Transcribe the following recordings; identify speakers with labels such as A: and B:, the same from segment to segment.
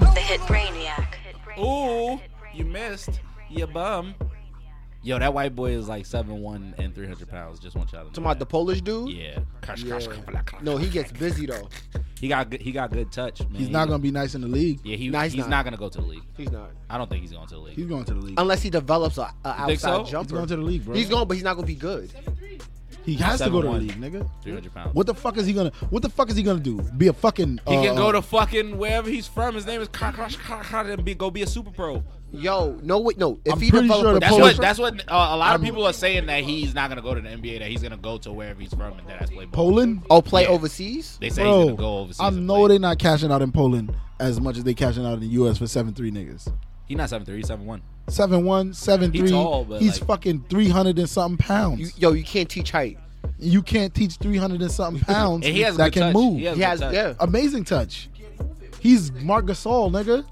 A: hit Brainiac.
B: Ooh, you missed. You bum. Yo, that white boy is like seven one and three hundred pounds. Just want y'all to
C: Talking
B: know.
C: about the Polish dude?
B: yeah. Crush,
C: Yeah.
B: crush, crush, crush.
C: No, he gets busy though.
B: He got good, he got good touch, man.
D: He's not gonna be nice in the league.
B: Yeah, he,
C: Nah, he's
B: he's
C: not.
B: not. gonna go to the league.
C: He's not.
B: I don't think he's going to the league.
D: He's going to the league.
C: Unless he develops a, a outside
B: think so? He's
D: He's
C: jumper.
D: going to the league, bro.
C: He's going, but he's not gonna be good.
D: He has to go to the
B: 7-1.
D: league, nigga.
B: Three hundred pounds.
D: What the fuck is he gonna? What the fuck is he gonna do? Be a fucking?
B: He can
D: uh,
B: go to fucking wherever he's from. His name is Kra- Kra- Kra- Kra- and be, go be a super pro.
C: Yo, no wait, no. If
D: I'm
C: he
D: pretty
C: develops,
D: sure the
B: That's
D: Polish-
B: what. That's what. Uh, a lot of people are saying that he's not gonna go to the NBA. That he's gonna go to wherever he's from and that has play ball.
D: Poland.
C: oh, play
B: Yeah.
C: overseas.
B: They say he's
D: Bro,
B: gonna go overseas.
D: I
B: and
D: know
B: play.
D: they're not cashing out in Poland as much as they cashing out in the U.S. for seven three niggas.
B: He's not seven three. He's seven one.
D: Seven one, seven three.
B: He tall, but,
D: he's
B: like-
D: fucking three hundred and something pounds.
C: You,
D: You,
C: yo, you can't teach height.
D: can't teach three hundred and something pounds
B: And he has
D: that
B: good
D: can
B: touch.
D: move.
B: He has,
C: He
B: good
C: has,
B: touch.
C: yeah.
D: Amazing touch. He's Marc Gasol, nigga.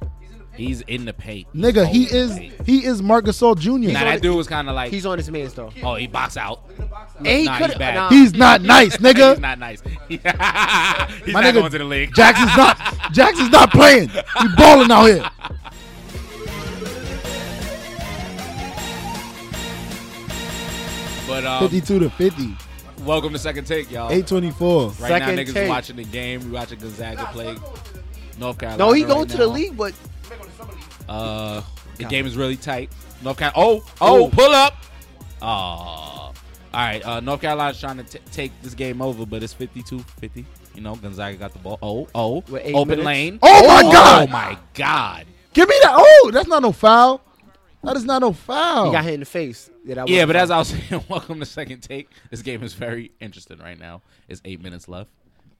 B: He's in the paint.
D: Nigga, he
B: Always in
D: is
B: the paint.
D: he is Marc Gasol Jr.
B: Now
C: on
B: Oh, that
C: the-
B: dude was kind of like,
C: He's on his man's though.
B: oh, he box out.
C: And he
B: Nah,
C: could.
B: he's bad.
C: Nah,
D: He's not nice, nigga.
B: he's not nice. he's not
D: nigga,
B: going to the league.
D: Jackson's not Jackson's not playing. He balling out here.
B: But um,
D: 52 to 50.
B: welcome to second take, y'all.
D: 824.
B: Right
C: Second
B: now, niggas
C: take.
B: is watching the game. We watching Gonzaga play North Carolina.
C: no, he
B: right
C: going to the
B: now.
C: league, but
B: Uh, the game is really tight. North Carolina. Oh, oh,
C: Ooh.
B: pull up. Oh. All right. Uh, North Carolina's trying to t- take this game over, but it's 52-50. You know, Gonzaga got the ball. Oh, oh,
C: With eight
B: open
C: minutes.
B: lane.
D: Oh, my God.
B: Oh my God.
D: Give me that. Oh, that's not no foul. That is not no foul.
C: he got hit in the face. Yeah, that
B: Yeah,
C: was-
B: but as I was saying, welcome to second take. This game is very interesting right now. It's eight minutes left.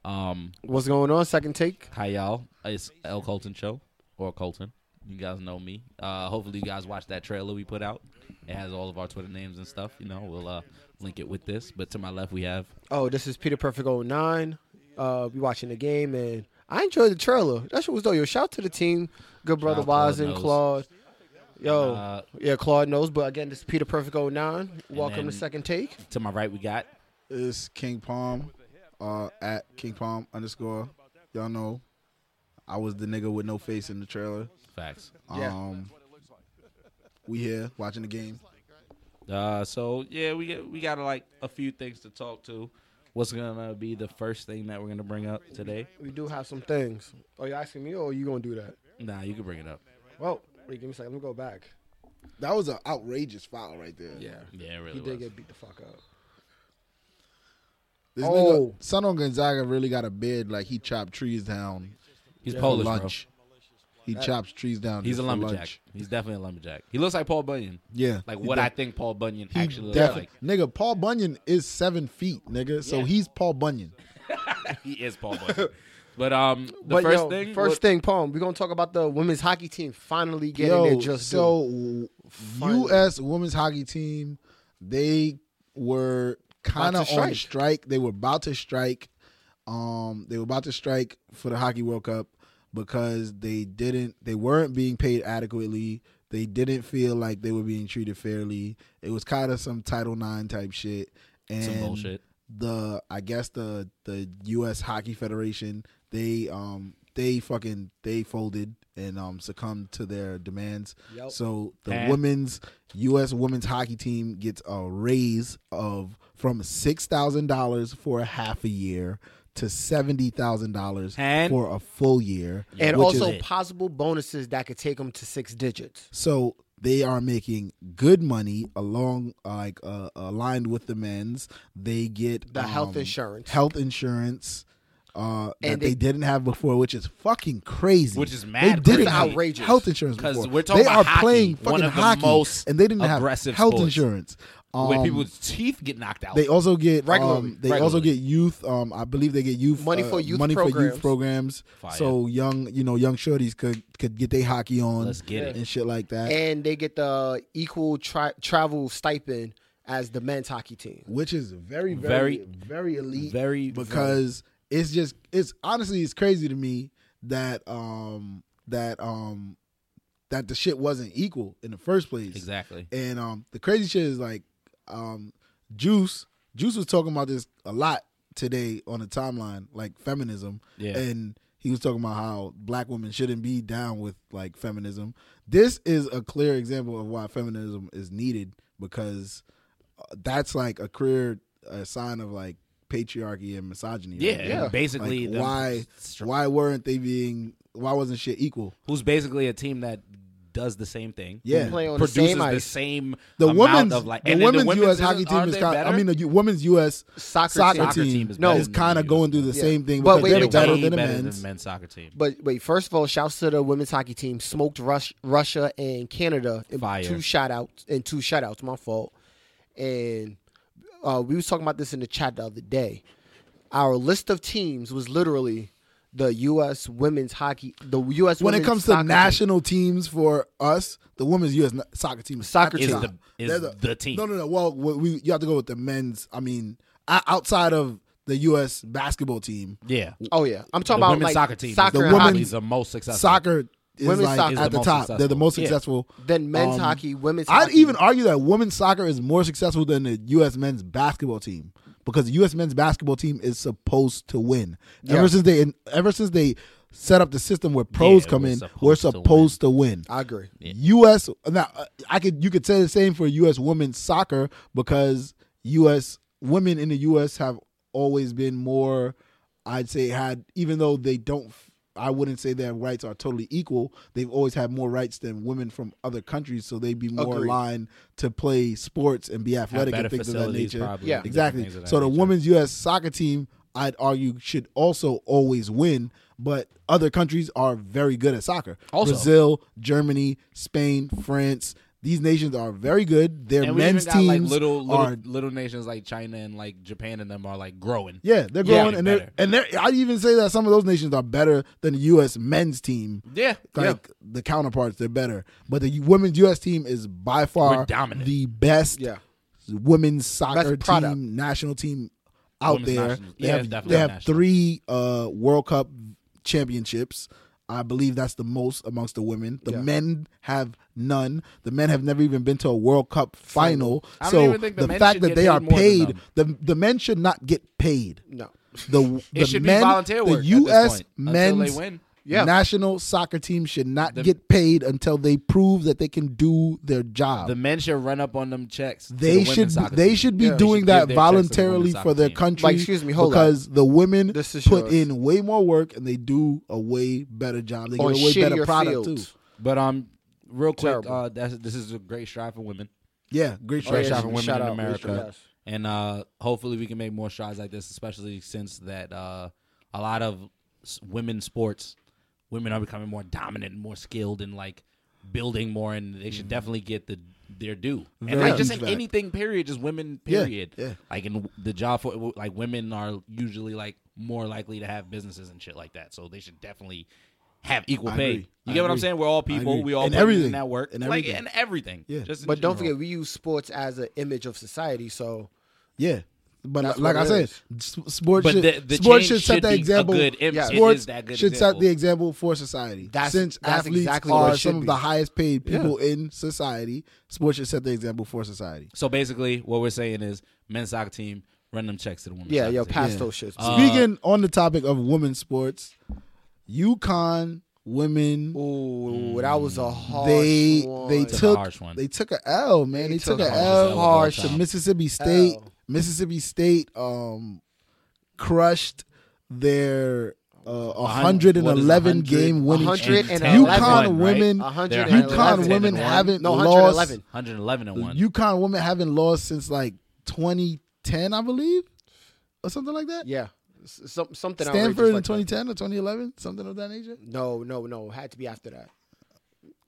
B: Um,
C: what's going on? Second take.
B: Hi y'all. It's L Colton Show or Colton. You guys know me. Uh, hopefully you guys watched that trailer we put out. It has all of our Twitter names and stuff. You know, we'll uh, link it with this. But to my left we have
C: Oh, this is Peter Perfect 09. Uh, we watching the game, and I enjoyed the trailer. That shit was dope. Yo, shout out to the team, good brother
B: out Claude
C: Wise and
B: Knows.
C: Claude.
D: Oh.
C: Yo,
B: Uh,
C: yeah, Claude knows. But again, this is Peter Perfect 09. Welcome
B: then-
C: to Second Take.
B: to my right we got
D: It's King Palm uh, at King Palm underscore. Y'all know I was the nigga with no face in the trailer.
B: facts.
C: Yeah.
D: Um, we here watching the game.
B: Uh, so yeah, we we got like a few things to talk to. What's gonna be the first thing that we're gonna bring up today?
C: We do have some things. Are you asking me, or you gonna do that?
B: Nah, you can bring it up.
C: Well, wait, give me a second. Let me go back.
D: That was an outrageous foul right there.
B: Yeah, it
C: he
B: really.
C: did
B: Was.
C: get beat the fuck up.
D: This
C: Oh.
D: nigga, son on Gonzaga really got a bid like he chopped trees down
B: He's
D: for
B: Polish,
D: lunch. He chops trees down.
B: bro. He's a
D: for
B: lumberjack.
D: lunch.
B: He's definitely a lumberjack. He looks like Paul Bunyan.
D: Yeah.
B: Like
D: He
B: what
D: def-
B: I think Paul Bunyan
D: He
B: actually looks
D: defi-
B: like.
D: nigga, Paul Bunyan is seven feet, nigga. So
B: Yeah.
D: he's Paul Bunyan.
B: he is Paul Bunyan. But um, the
C: but
B: first
C: yo,
B: thing,
C: first
B: what-
C: thing, Palm. We're gonna talk about the women's hockey team finally getting
D: Yo,
C: their just due.
D: so w- U.S. women's hockey team, they were kind
C: About
D: of
C: to strike.
D: on strike. They were about to strike. Um, they were about to strike for the Hockey World Cup because they didn't. They weren't being paid adequately. They didn't feel like they were being treated fairly. It was kind of some Title IX type shit. And
B: some bullshit.
D: the I guess the the U.S. Hockey Federation they um they fucking they folded and um succumbed to their demands.
C: Yep.
D: So the
B: Eh.
D: women's U.S. women's hockey team gets a raise of from six thousand dollars for a half a year to seventy thousand dollars
B: And-
D: for a full year,
C: and
D: which is-
C: also possible bonuses that could take them to six digits.
D: so they are making good money along like uh, aligned with the men's. They get
C: The health
D: um,
C: insurance.
D: health insurance uh, that
C: And
D: they,
C: they-
D: didn't have before, which is fucking crazy.
B: Which is
D: They
B: mad
D: didn't
C: crazy.
D: have
C: Outrageous.
D: health insurance
B: 'Cause
D: before.
B: we're talking
D: they
B: about
D: are playing
B: hockey, one
D: fucking
B: of the
D: hockey,
B: most
D: and they didn't have
B: aggressive
D: health
B: sports.
D: insurance.
B: when
D: Um,
B: people's teeth get knocked out.
D: they also get
C: Regularly.
D: um, they
B: Regularly.
D: also get youth. Um, I believe they get youth
C: Money
D: uh,
C: for youth
D: money for
C: programs.
D: youth programs.
B: Fire.
D: So young, you know, young shorties could could get their hockey on.
B: Let's get it.
D: and shit like that.
C: and they get the equal tri- travel stipend as the men's hockey team.
D: which is very, very, very, elite.
B: very-
D: because it's just it's honestly it's crazy to me that um that um that the shit wasn't equal in the first place.
B: exactly.
D: And um the crazy shit is like um Juice Juice was talking about this a lot today on the timeline, like feminism.
B: Yeah.
D: And He was talking about how black women shouldn't be down with like feminism. This is a clear example of why feminism is needed because uh, that's like a clear uh, sign of like patriarchy and misogyny. right
B: Yeah,
D: there.
C: Yeah.
B: basically
D: Like,
B: the-
D: why why weren't they being why wasn't shit equal?
B: who's basically a team that does the same thing.
D: Yeah.
C: Play on the
B: produces
C: same ice.
B: same
D: The
B: amount
D: women's
B: of like
D: the
B: and then
D: women's U.S.
B: isn't-
D: hockey team
B: aren't
D: is
B: they
D: kind. I
B: better?
D: mean, the U- women's U.S.
C: Soccer,
D: soccer,
C: team.
B: Soccer
D: team,
B: team is
D: is,
B: better than
D: kind
B: the
D: of
B: U.S.
D: going through the
C: Yeah.
D: same thing,
C: But
D: but,
C: wait,
D: they're
C: wait,
D: better
B: way
D: than the
B: better
D: men's.
B: men's soccer team.
C: But wait, first of all, shouts to the women's hockey team. Smoked Rush, Russia and Canada in
B: Fire.
C: two shutouts and two shutouts. My fault. And uh, we was talking about this in the chat the other day. Our list of teams was literally the U.S. women's hockey. The U.S.
D: when it
C: women's
D: comes
C: soccer
D: to
C: team.
D: national teams for us, the women's U.S. na- soccer team is
C: Soccer
D: not
C: team.
D: top.
B: Is the- is
D: There's
B: the team.
D: No, no, no. Well, we, we- you have to go with the men's. I mean, o- outside of the U.S. basketball team,
B: yeah,
C: Oh yeah, I'm
B: the
C: talking about
B: women's
C: like,
B: soccer team
C: Soccer
B: is
D: The
C: and
D: women's-
C: hockey.
B: probably the most successful.
D: soccer is
C: Women's
D: like
C: soccer is
D: at
B: the
D: the,
B: most
D: top. They're the
B: successful.
D: most
B: Yeah.
D: successful.
C: Then men's
D: Um,
C: hockey, women's.
D: I'd
C: hockey.
D: even argue that women's soccer is more successful than the U.S. men's basketball team because the U.S. men's basketball team is supposed to win.
C: Yeah.
D: Ever since they ever since they set up the system where pros
B: Yeah,
D: come
B: we're
D: in,
B: supposed
D: we're
B: to win.
D: supposed to win.
C: I agree.
D: U.S. Now uh, I could you could say the same for U.S. women's soccer because U.S. women in the U.S. have always been more, I'd say, had even though they don't, I wouldn't say their rights are totally equal. They've always had more rights than women from other countries, so they'd be more
C: Agreed.
D: aligned to play sports and be
B: Have
D: athletic
B: better
D: and things of that
B: facilities,
D: nature.
B: probably,
C: Yeah.
B: and different
D: Exactly.
B: things of that
D: So the
B: nature.
D: women's U.S. soccer team, I'd argue, should also always win. But other countries are very good at soccer.
B: Also-
D: Brazil, Germany, Spain, France. These nations are very good. Their
B: and we even
D: men's
B: got
D: teams
B: like little little,
D: are.
B: little nations like China and like Japan and them are like growing.
D: Yeah, they're
C: Yeah.
D: growing, and they're
B: Better.
D: and they're. I'd even say that some of those nations are better than the U.S. men's team.
B: Yeah,
D: Like the counterparts, they're better. But the women's U.S. team is by
B: We're
D: far
B: dominant.
D: the best
C: Yeah.
D: women's soccer
C: product.
D: team, national team out
B: Women's
D: there.
B: national- yeah,
D: They
B: it's
D: have
B: definitely
D: they have
B: national.
D: three uh, World Cup championships. I believe that's the most amongst the women. The
C: Yeah.
D: men have none. The men have never even been to a World Cup final.
B: I don't
D: So
B: even think the
D: the,
B: men
D: fact
B: should
D: that
B: get
D: they
B: paid
D: are
B: more than
D: paid,
B: them.
D: the the men should not get paid.
C: No.
D: The the
B: should be
D: men,
B: volunteer work
D: the
B: at this
D: U.S.
B: point, until they
D: men's
B: win.
C: Yeah.
D: national soccer team should not
B: The-
D: get paid until they prove that they can do their job
B: The men should run up on them checks. to the
D: they
B: women's
D: should
B: soccer
D: they
B: team.
D: should be
C: Yeah.
D: doing
B: They should give
D: that
B: their checks to the
D: voluntarily
B: women's
D: for their
B: soccer team.
D: country.
C: Like, excuse me, hold up.
D: because the women
C: This is
D: put
C: yours.
D: in way more work and they do a way better job. They get
C: On
D: a way better
C: shittier
D: product
C: fields.
D: too.
B: But um, real quick,
C: Terrible.
B: uh, that's, this is a great strive for women.
D: Yeah, great
B: Great
D: shout.
B: strive
C: Oh, yeah,
B: for women
C: shout
B: in
C: out.
B: America,
C: Yes.
B: and uh, hopefully we can make more strides like this, especially since that uh, a lot of s- women sports, women are becoming more dominant, more skilled, and like building more, and they should definitely get the their due. And
D: Mm-hmm. Very
B: like just
D: huge
B: in
D: fact.
B: anything, period, just women,
D: Yeah,
B: period.
D: yeah.
B: Like in the job for like women are usually like more likely to have businesses and shit like that, so they should definitely. Have equal
D: I
B: pay.
D: agree.
B: You
D: I
B: get what I'm
D: agree.
B: saying? We're all
D: I
B: people.
D: agree.
B: We all
D: In
B: put in
D: everything.
B: that work,
D: In
B: like
D: everything.
B: in everything.
D: Yeah.
B: Just in
C: But don't
B: general.
C: forget, we use sports as an image of society. So
D: Yeah. But
C: That's
D: like
C: what
D: I
C: it
D: said,
C: is.
D: s- sports
B: But
D: should,
B: the- the
D: sports
B: change
D: should set
B: should
D: the
B: be a
D: example.
B: good im- it
D: Sports
B: is that good
D: should set
B: example.
D: the example for society.
C: That's-
D: Since
C: that's
D: athletes
C: exactly what
D: are
C: it should
D: some of
C: be.
D: the highest paid people in society, sports should set the example for society.
B: So basically, what we're saying is, men's soccer team run them checks to the women's.
C: yeah,
B: soccer
C: yo,
B: team.
C: pass
D: Yeah.
C: those shits.
B: Uh,
D: Speaking on the topic of women's sports, UConn women
C: Ooh, that was a harsh
D: Mm. they
C: one.
D: they
B: a
D: took
B: harsh one.
D: they took a L man. They, took,
C: took
D: a
C: a
D: L
B: harsh
D: harsh
B: L.
D: to Mississippi State.
C: L.
D: Mississippi State um crushed their uh,
B: hundred- what is it,
D: 111 game winning
C: hundred
D: streak.
C: and
D: UConn
C: eleven,
B: right?
D: women
C: A hundred
B: They're
C: and
B: UConn
D: UConn
C: eleven.
D: women
B: and one.
D: haven't
C: no,
D: lost
C: 111.
B: 111 and one.
D: UConn women haven't lost since like 2010 I believe or something like that.
C: Yeah, S- some, something. outrageous
D: Stanford in
C: like that.
D: 2010 or 2011 something of that nature.
C: No, no, no. Had to be after that.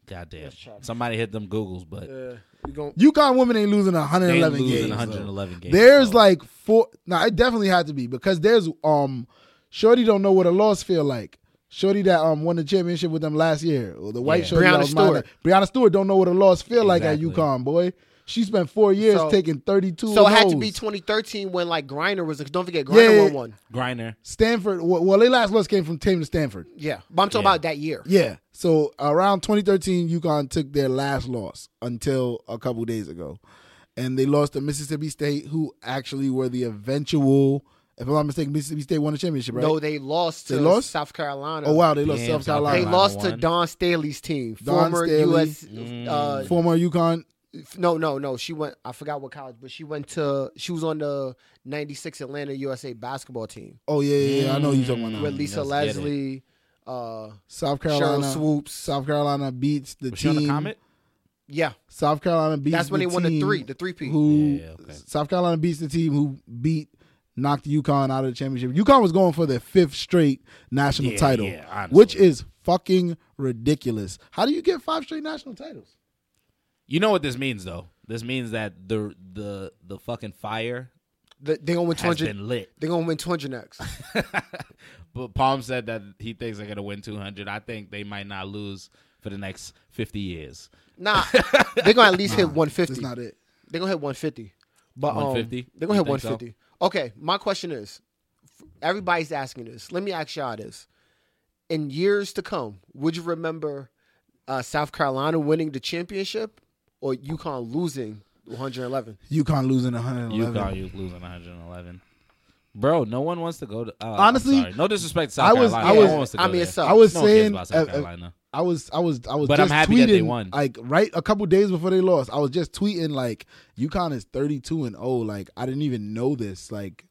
B: Goddamn. Somebody hit them Googles, but
C: Uh, we gon-
D: UConn women ain't losing
B: they
D: 111
B: losing
D: games.
B: 111 games.
D: There's
B: so-
D: like four. No, it definitely had to be because there's um, Shorty don't know what a loss feel like. Shorty that um won the championship with them last year, or the white
B: Yeah.
D: Shorty that
C: Breonna
D: was mine
C: Stewart.
D: that- Breonna Stewart don't know what a loss
B: Exactly.
D: feel like at UConn, boy. She spent four years
C: So-
D: taking 32.
C: so it
D: of
C: had to
D: those.
C: be 2013 when like Griner was. Don't forget
D: Yeah,
C: Griner
D: yeah,
C: won
D: yeah.
C: one.
B: Griner.
D: Stanford. Well, well, their last loss came from Tame to Stanford.
C: Yeah, but I'm talking
B: Yeah.
C: about that year.
D: Yeah. So around 2013, UConn took their last loss until a couple days ago. And they lost to Mississippi State, who actually were the eventual If I'm not mistaken, Mississippi State won the championship, right?
C: No, they lost to
D: They lost?
C: South Carolina.
D: oh wow, they lost
B: Damn,
D: South
B: South
D: Carolina.
C: They
B: Carolina
C: lost to
B: won.
C: Don Staley's team,
D: Dawn
C: former
D: Staley.
C: U.S. Uh,
D: Former UConn.
C: f- no, no, no. She went. I forgot what college, but she went to. She was on the '96 Atlanta USA basketball team
D: Oh yeah, yeah, yeah. I know who you talking about.
B: Mm.
D: now.
C: with Lisa
B: let's get it.
C: Leslie, uh,
D: South
C: Cheryl
D: Carolina.
C: Swoops.
D: South Carolina beats the
B: Was she
D: team.
B: on the comet?
C: Yeah,
D: South Carolina beats.
C: that's when
D: the
C: they won
D: team
C: the three, the three P.
D: Who?
B: Yeah, okay.
D: South Carolina beats the team who beat knocked UConn out of the championship. UConn was going for their fifth straight national
B: Yeah,
D: title,
B: yeah, honestly.
D: which is fucking ridiculous. How do you get five straight national titles?
B: You know what this means, though. This means that the the the fucking fire
C: The, they gonna win two
B: has
C: hundred.
B: been lit.
C: They're gonna win two hundred next.
B: but Palm said that he thinks they're gonna win 200. I think they might not lose for the next 50 years.
C: Nah, they're gonna at least hit one
D: That's
C: fifty.
D: not it.
C: They're gonna hit one fifty. But um,
B: 150?
C: they're gonna
B: You
C: hit one
B: think so?
C: fifty. Okay, my question is, f- everybody's asking this. Let me ask y'all this: In years to come, would you remember uh, South Carolina winning the championship or UConn losing 111?
D: UConn losing 111.
B: UConn, you losing 111. Bro, no one wants to go to. Uh, I'm
D: Honestly,
B: sorry. no disrespect. To South
D: I was-
B: Carolina.
D: I
B: No
D: was-
B: one wants to
C: I
B: go
C: mean,
B: there.
C: it sucks.
D: I was
B: No one cares
D: saying,
B: about South
D: uh, uh,
B: Carolina.
D: I was, I was, I was.
B: But I'm
D: just
B: happy
D: tweeting,
B: that they won.
D: Like right a couple days before they lost, I was just tweeting like UConn is 32 and 0. Like I didn't even know this. Like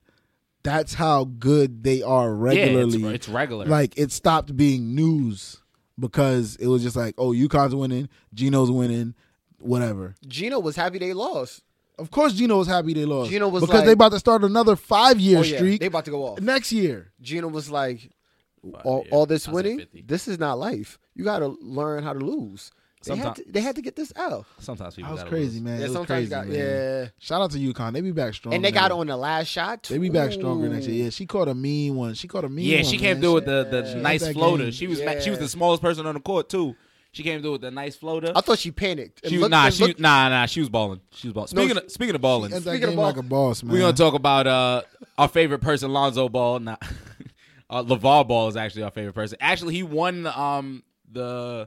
D: that's how good they are regularly.
B: Yeah, it's, it's regular.
D: Like it stopped being news because it was just like, oh, UConn's winning, Geno's winning, whatever.
C: Gino was happy they lost.
D: Of course, Gino was happy they lost.
C: Gino was
D: because
C: like-
D: they about to start another five year
C: Oh, yeah,
D: streak
C: they about to go off.
D: next year.
C: Gino was like,
B: But,
C: all,
B: yeah,
C: all
B: I
C: this
B: said
C: winning,
B: 50.
C: this is not life. You got to learn how to lose. They had
B: Sometime-
C: to, they had to get this out.
B: Sometimes people.
D: That was
B: gotta
D: crazy,
B: lose.
D: man.
C: Yeah,
D: It was
C: sometimes
D: crazy,
C: you got-
D: man.
C: yeah.
D: Shout out to UConn. They be back strong.
C: And they got
D: now.
C: on the last shot.
D: They be back stronger
C: Ooh.
D: next year. Yeah, she caught a mean one. She caught a mean
B: Yeah,
D: one.
B: she
D: man.
B: came through with the, the
D: she
B: nice
D: had that
B: floater.
D: game.
B: She was ma- she was
C: Yeah.
B: the smallest person on the court too. She came through with the nice floater.
C: I thought she panicked. and
B: She was
C: looked-
B: nah,
C: and
B: she
C: looked-
B: nah nah she was balling. She was balling.
C: No,
B: Speaking of, speaking of balling,
D: She ended that
C: Speaking of
D: game
C: ball-
D: like a boss, man.
B: we're gonna talk about uh our favorite person, Lonzo Ball. Not uh, Lavar Ball is actually our favorite person. Actually, he won um the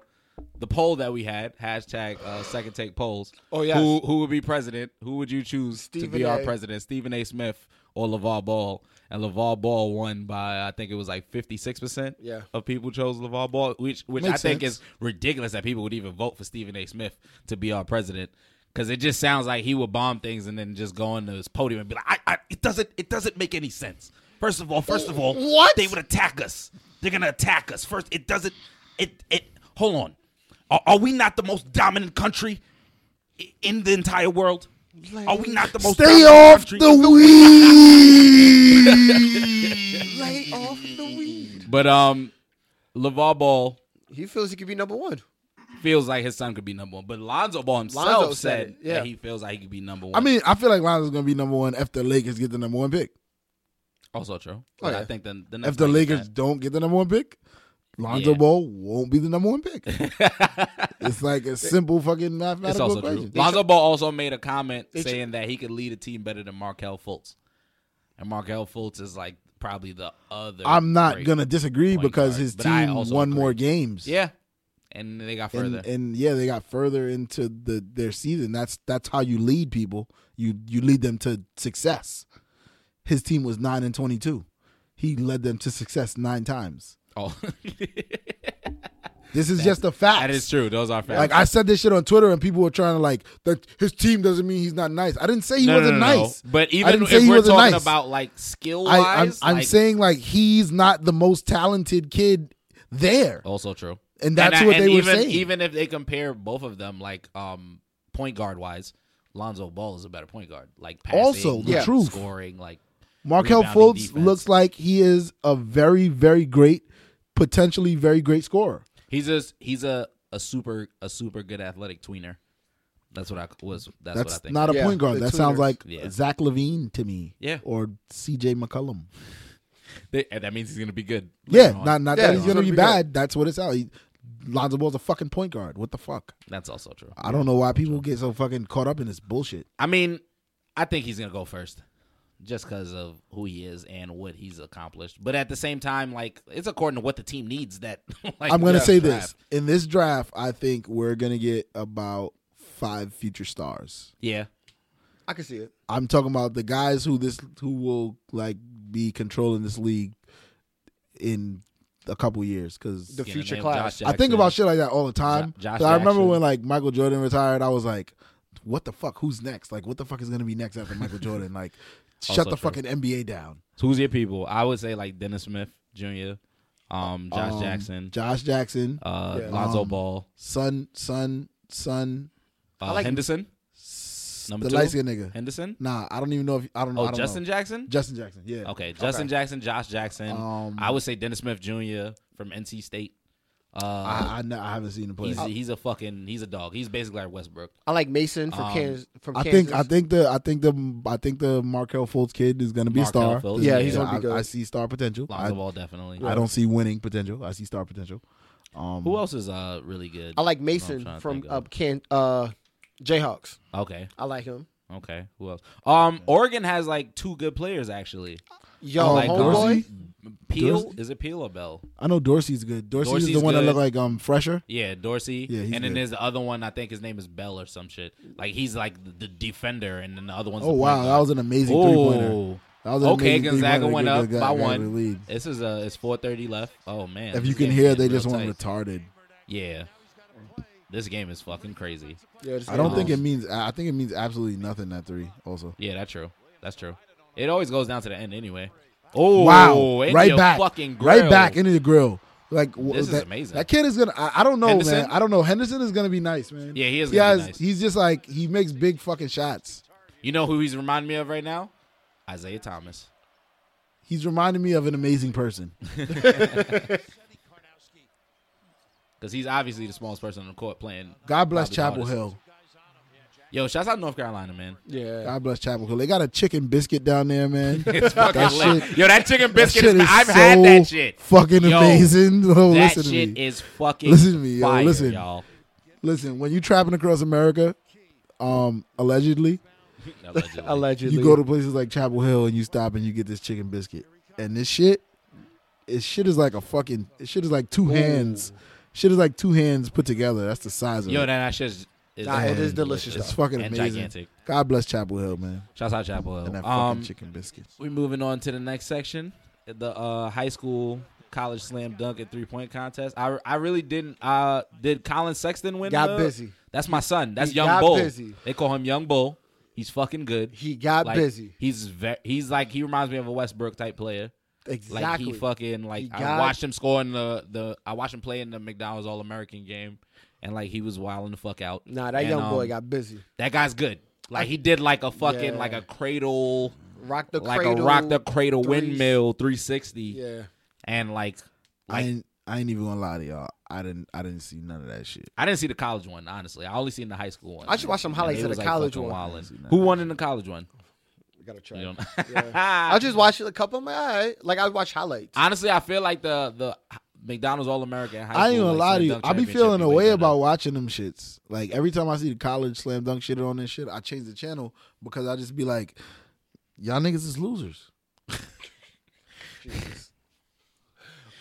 B: the poll that we had hashtag uh, Second Take polls.
C: Oh, yes.
B: who who would be president? Who would you choose to
C: Stephen
B: be our
C: A.
B: president? Stephen A. Smith or Lavar Ball? And Lavar Ball won by I think it was like fifty six percent
C: Yeah.
B: of people chose Lavar Ball, which which
D: Makes
B: I think
D: sense.
B: is ridiculous that people would even vote for Stephen A. Smith to be our president. Because it just sounds like he would bomb things and then just go on to his podium and be like, I, I, "It doesn't, it doesn't make any sense." First of all, first of all,
C: What?
B: they would attack us? They're gonna attack us first. It doesn't. It it. Hold on. Are, are we not the most dominant country i- in the entire world? Are we not the most
D: Stay
B: dominant
D: off
B: country?
D: the weed.
C: lay off the weed.
B: But um, Lavar Ball
C: He feels he could be number one.
B: feels like his son could be number one. But Lonzo Ball himself
C: Lonzo said
B: said,
C: it, yeah.
B: that he feels like he could be number one.
D: I mean, I feel like Lonzo's gonna be number one if the Lakers get the number one pick.
B: also true. But
C: yeah.
B: I think the, the next
D: Oh, If the
B: man is
D: Lakers don't get the number one pick, Lonzo
B: Yeah.
D: Ball won't be the number one pick. it's like a simple fucking mathematical
B: It's also
D: equation.
B: true. Lonzo Ball also made a comment
C: They tr-
B: saying that he could lead a team better than Markel Fultz, and Markel Fultz is like probably the other.
D: I'm not
B: great.
D: gonna disagree
B: point
D: because
B: guard,
D: his
B: but I
D: team
B: also
D: won
B: agree.
D: more games.
B: Yeah, and they got
D: and,
B: further.
D: and yeah, they got further into the their season. That's that's how you lead people. You you lead them to success. His team was nine and twenty two. He led them to success nine times.
B: oh,
D: This is just a fact.
B: that is true. Those are facts.
D: Like I said this shit on Twitter, and people were trying to like that his team doesn't mean he's not nice. I didn't say he wasn't nice.
B: But
D: I
B: even
D: didn't
B: if
D: say he
B: we're
D: wasn't
B: talking
D: nice.
B: about like skill
D: I, I'm,
B: wise,
D: I'm
B: like,
D: saying like he's not the most talented kid there.
B: also true.
D: And that's
B: Oh. I-
D: what they were
B: even,
D: saying.
B: Even if they compare both of them, like um, point guard wise, Lonzo Ball is a better point guard. Like passing,
D: Also, the
B: like,
D: truth.
B: scoring, like
D: Markel
B: rebounding
D: Fultz
B: defense.
D: looks like he is a very, very great, potentially very great scorer.
B: He's a he's a, a super a super good athletic tweener. That's what I was. That's, what I
D: That's
B: think.
D: not a
C: Yeah,
D: point guard.
C: the
D: That sounds
C: tweeners.
D: like
B: Yeah.
D: Zach Levine to me.
B: Yeah.
D: Or C.J. McCollum.
B: They- and that means he's gonna be good.
D: Yeah,
B: later on.
D: not not
C: Yeah,
D: that
C: he's
D: he's gonna
C: gonna
D: be
C: be
D: bad. That's what it's out. He, Lonzo Ball's a fucking point guard. What the fuck?
B: that's also true.
D: I don't know why people get so fucking caught up in this bullshit.
B: I mean, I think he's gonna go first, just because of who he is and what he's accomplished. But at the same time, like it's according to what the team needs. That like,
D: I'm gonna
B: yeah,
D: say
B: draft.
D: this in this draft. I think we're gonna get about five future stars.
B: Yeah,
C: I can see it.
D: I'm talking about the guys who this who will like be controlling this league in a couple years because
C: The
B: Getting
C: future
B: nailed
C: class.
B: Josh
D: I think about
B: Jackson.
D: shit like that all the time.
B: Jo- Josh
D: 'Cause I remember
B: Jackson.
D: when like Michael Jordan retired, I was like, "What the fuck? Who's next? Like, what the fuck is gonna be next after Michael Jordan? Like, shut
B: Also
D: the
B: true.
D: fucking NBA down."
B: So who's your people? I would say like Dennis Smith Jr., um, Josh
D: Um,
B: Jackson,
D: Josh Jackson,
B: uh,
C: Yeah.
B: Lonzo
D: Um,
B: Ball,
D: son, son, son,
B: uh,
C: like-
B: Henderson,
D: s-
B: Number
D: the
B: two?
D: light skinned nigga.
B: Henderson.
D: Nah, I don't even know if I don't know. I
B: Oh,
D: don't
B: Justin
D: know.
B: Jackson.
D: Justin Jackson. Yeah.
B: Okay, Justin Jackson, Josh Jackson.
D: Um,
B: I would say Dennis Smith Jr. from NC State. Uh,
D: I, I, know, I haven't seen him play.
B: he's he's a fucking he's a dog. He's basically like Westbrook.
C: I like Mason from
B: Um,
C: Kansas. From
D: I
C: Kansas.
D: think I think the I think the I think the Markel Fultz kid is gonna be
B: Markel
D: a star.
B: Fultz,
C: Yeah, he's gonna
D: I,
C: be good.
D: I see star potential. I,
B: Lonzo Ball definitely.
D: I don't see winning potential. I see star potential. Um,
B: Who else is uh really good?
C: I like
B: I'm
C: Mason
B: trying to
C: from
B: think of-
C: uh, Can uh, Jayhawks.
B: Okay,
C: I like him.
B: okay. Who else? Um, Oregon has like two good players actually.
C: Yo,
D: Oh,
B: like
C: homeboy.
D: Dorsey?
B: Peel
D: Dorsey?
B: is it Peel or Bell?
D: I know Dorsey's good. Dorsey's, the
B: Dorsey's
D: one that
B: good.
D: look like um fresher.
B: Yeah, Dorsey.
D: Yeah, he's
B: and then
D: good.
B: there's the other one. I think his name is Bell or some shit. Like he's like the, the defender, and then the other one's.
D: Oh
B: the point
D: wow,
B: guard.
D: that was an amazing three pointer.
B: Ooh.
D: That was an
B: Okay,
D: amazing
B: Gonzaga
D: three-pointer
B: went
D: that
B: up
D: got-
B: by
D: got the
B: one.
D: lead.
B: This is uh, it's four thirty left. Oh man!
D: If
B: this
D: you can
B: game
D: hear,
B: is
D: they
B: getting
D: just
B: real
D: went
B: tight.
D: retarded.
B: Yeah, this game is fucking crazy.
C: Yeah, this
D: I don't
C: guy.
D: think it means. I I think it means absolutely nothing. That three also.
B: Yeah, that's true. That's true. It always goes down to the end anyway. Oh
D: wow!
B: in
D: Right
B: your
D: back,
B: fucking
D: right
B: grill.
D: back into the grill. Like wh-
B: This is
D: that,
B: amazing.
D: That kid is gonna. I, I don't know,
B: Henderson?
D: man. I don't know. Henderson is gonna be nice, man.
B: Yeah, he is
D: He
B: gonna be
D: has-
B: nice.
D: He's just like he makes big fucking shots.
B: you know who he's reminding me of right now? Isaiah Thomas.
D: He's reminding me of an amazing person.
B: Because he's obviously the smallest person on the court playing.
D: God bless
B: Probably
D: Chapel
B: hardest.
D: Hill.
B: Yo, shouts out North Carolina, man.
C: Yeah.
D: God bless Chapel Hill. They got a chicken biscuit down there, man.
B: It's fucking
D: That
B: lit.
D: shit-
B: Yo, that chicken
D: That
B: biscuit.
D: shit
B: is,
D: is
B: I've
D: so
B: had that shit.
D: Fucking
B: Yo,
D: amazing. Oh,
B: that
D: listen to
B: shit
D: me.
B: is fucking.
D: Listen to me, yo,
B: fire,
D: listen.
B: y'all.
D: Listen, when you trapping across America, um, allegedly,
B: Allegedly.
C: Allegedly.
D: you go to places like Chapel Hill and you stop and you get this chicken biscuit. And this shit, it shit is like a fucking it shit is like two hands. Shit is like two hands put together. That's the size of
B: Yo,
D: it.
B: that, that shit is. is
C: Nah, it is delicious,
D: It's fucking
B: and
D: amazing.
B: gigantic.
D: God bless Chapel Hill, man.
B: Shouts out Chapel
D: And
B: Hill.
D: that fucking
B: Um,
D: chicken biscuit.
B: We're moving on to the next section, the uh, high school college slam dunk and three point contest. I, I really didn't. Uh, did Colin Sexton win? the-
C: Got busy.
B: That's my son. That's
C: He
B: Young
C: got
B: Bull.
C: busy.
B: They call him Young Bull. He's fucking good.
C: He got
B: Like,
C: busy.
B: He's ve- he's like he reminds me of a Westbrook type player.
C: Exactly.
B: Like he fucking like
C: He
B: I
C: got-
B: watched him score in the the I watched him play in the McDonald's All American game, and like he was wilding the fuck out.
C: Nah, that
B: And,
C: young boy
B: um,
C: got busy.
B: that guy's good. Like he did like a fucking
C: Yeah.
B: like a cradle
C: Rock the
B: like
C: cradle.
B: a rock the cradle
C: threes.
B: windmill 360
C: Yeah.
B: and like
D: I
B: like I,
D: ain't, I ain't even gonna lie to y'all. I didn't I didn't see none of that shit.
B: didn't see the college one honestly i only seen the high school one
C: I should watch some
B: And
C: highlights
B: they
C: of the
B: was, like,
C: college
B: fucking
C: one.
B: wildin'.
D: Nah.
B: who won in the college one
C: I gotta try.
B: You don't-
C: Yeah. I just watched a couple of my Like I watch highlights.
B: honestly i feel like the the mcdonald's all-american high school,
D: I ain't gonna
B: like,
D: lie
B: slam
D: to you.
B: dunk
D: I be
B: championship
D: feeling a
B: be
D: way
B: waking
D: about
B: up.
D: watching them shits. Like every time I see the college slam dunk shit on this shit, I change the channel because I just be like, y'all niggas is losers.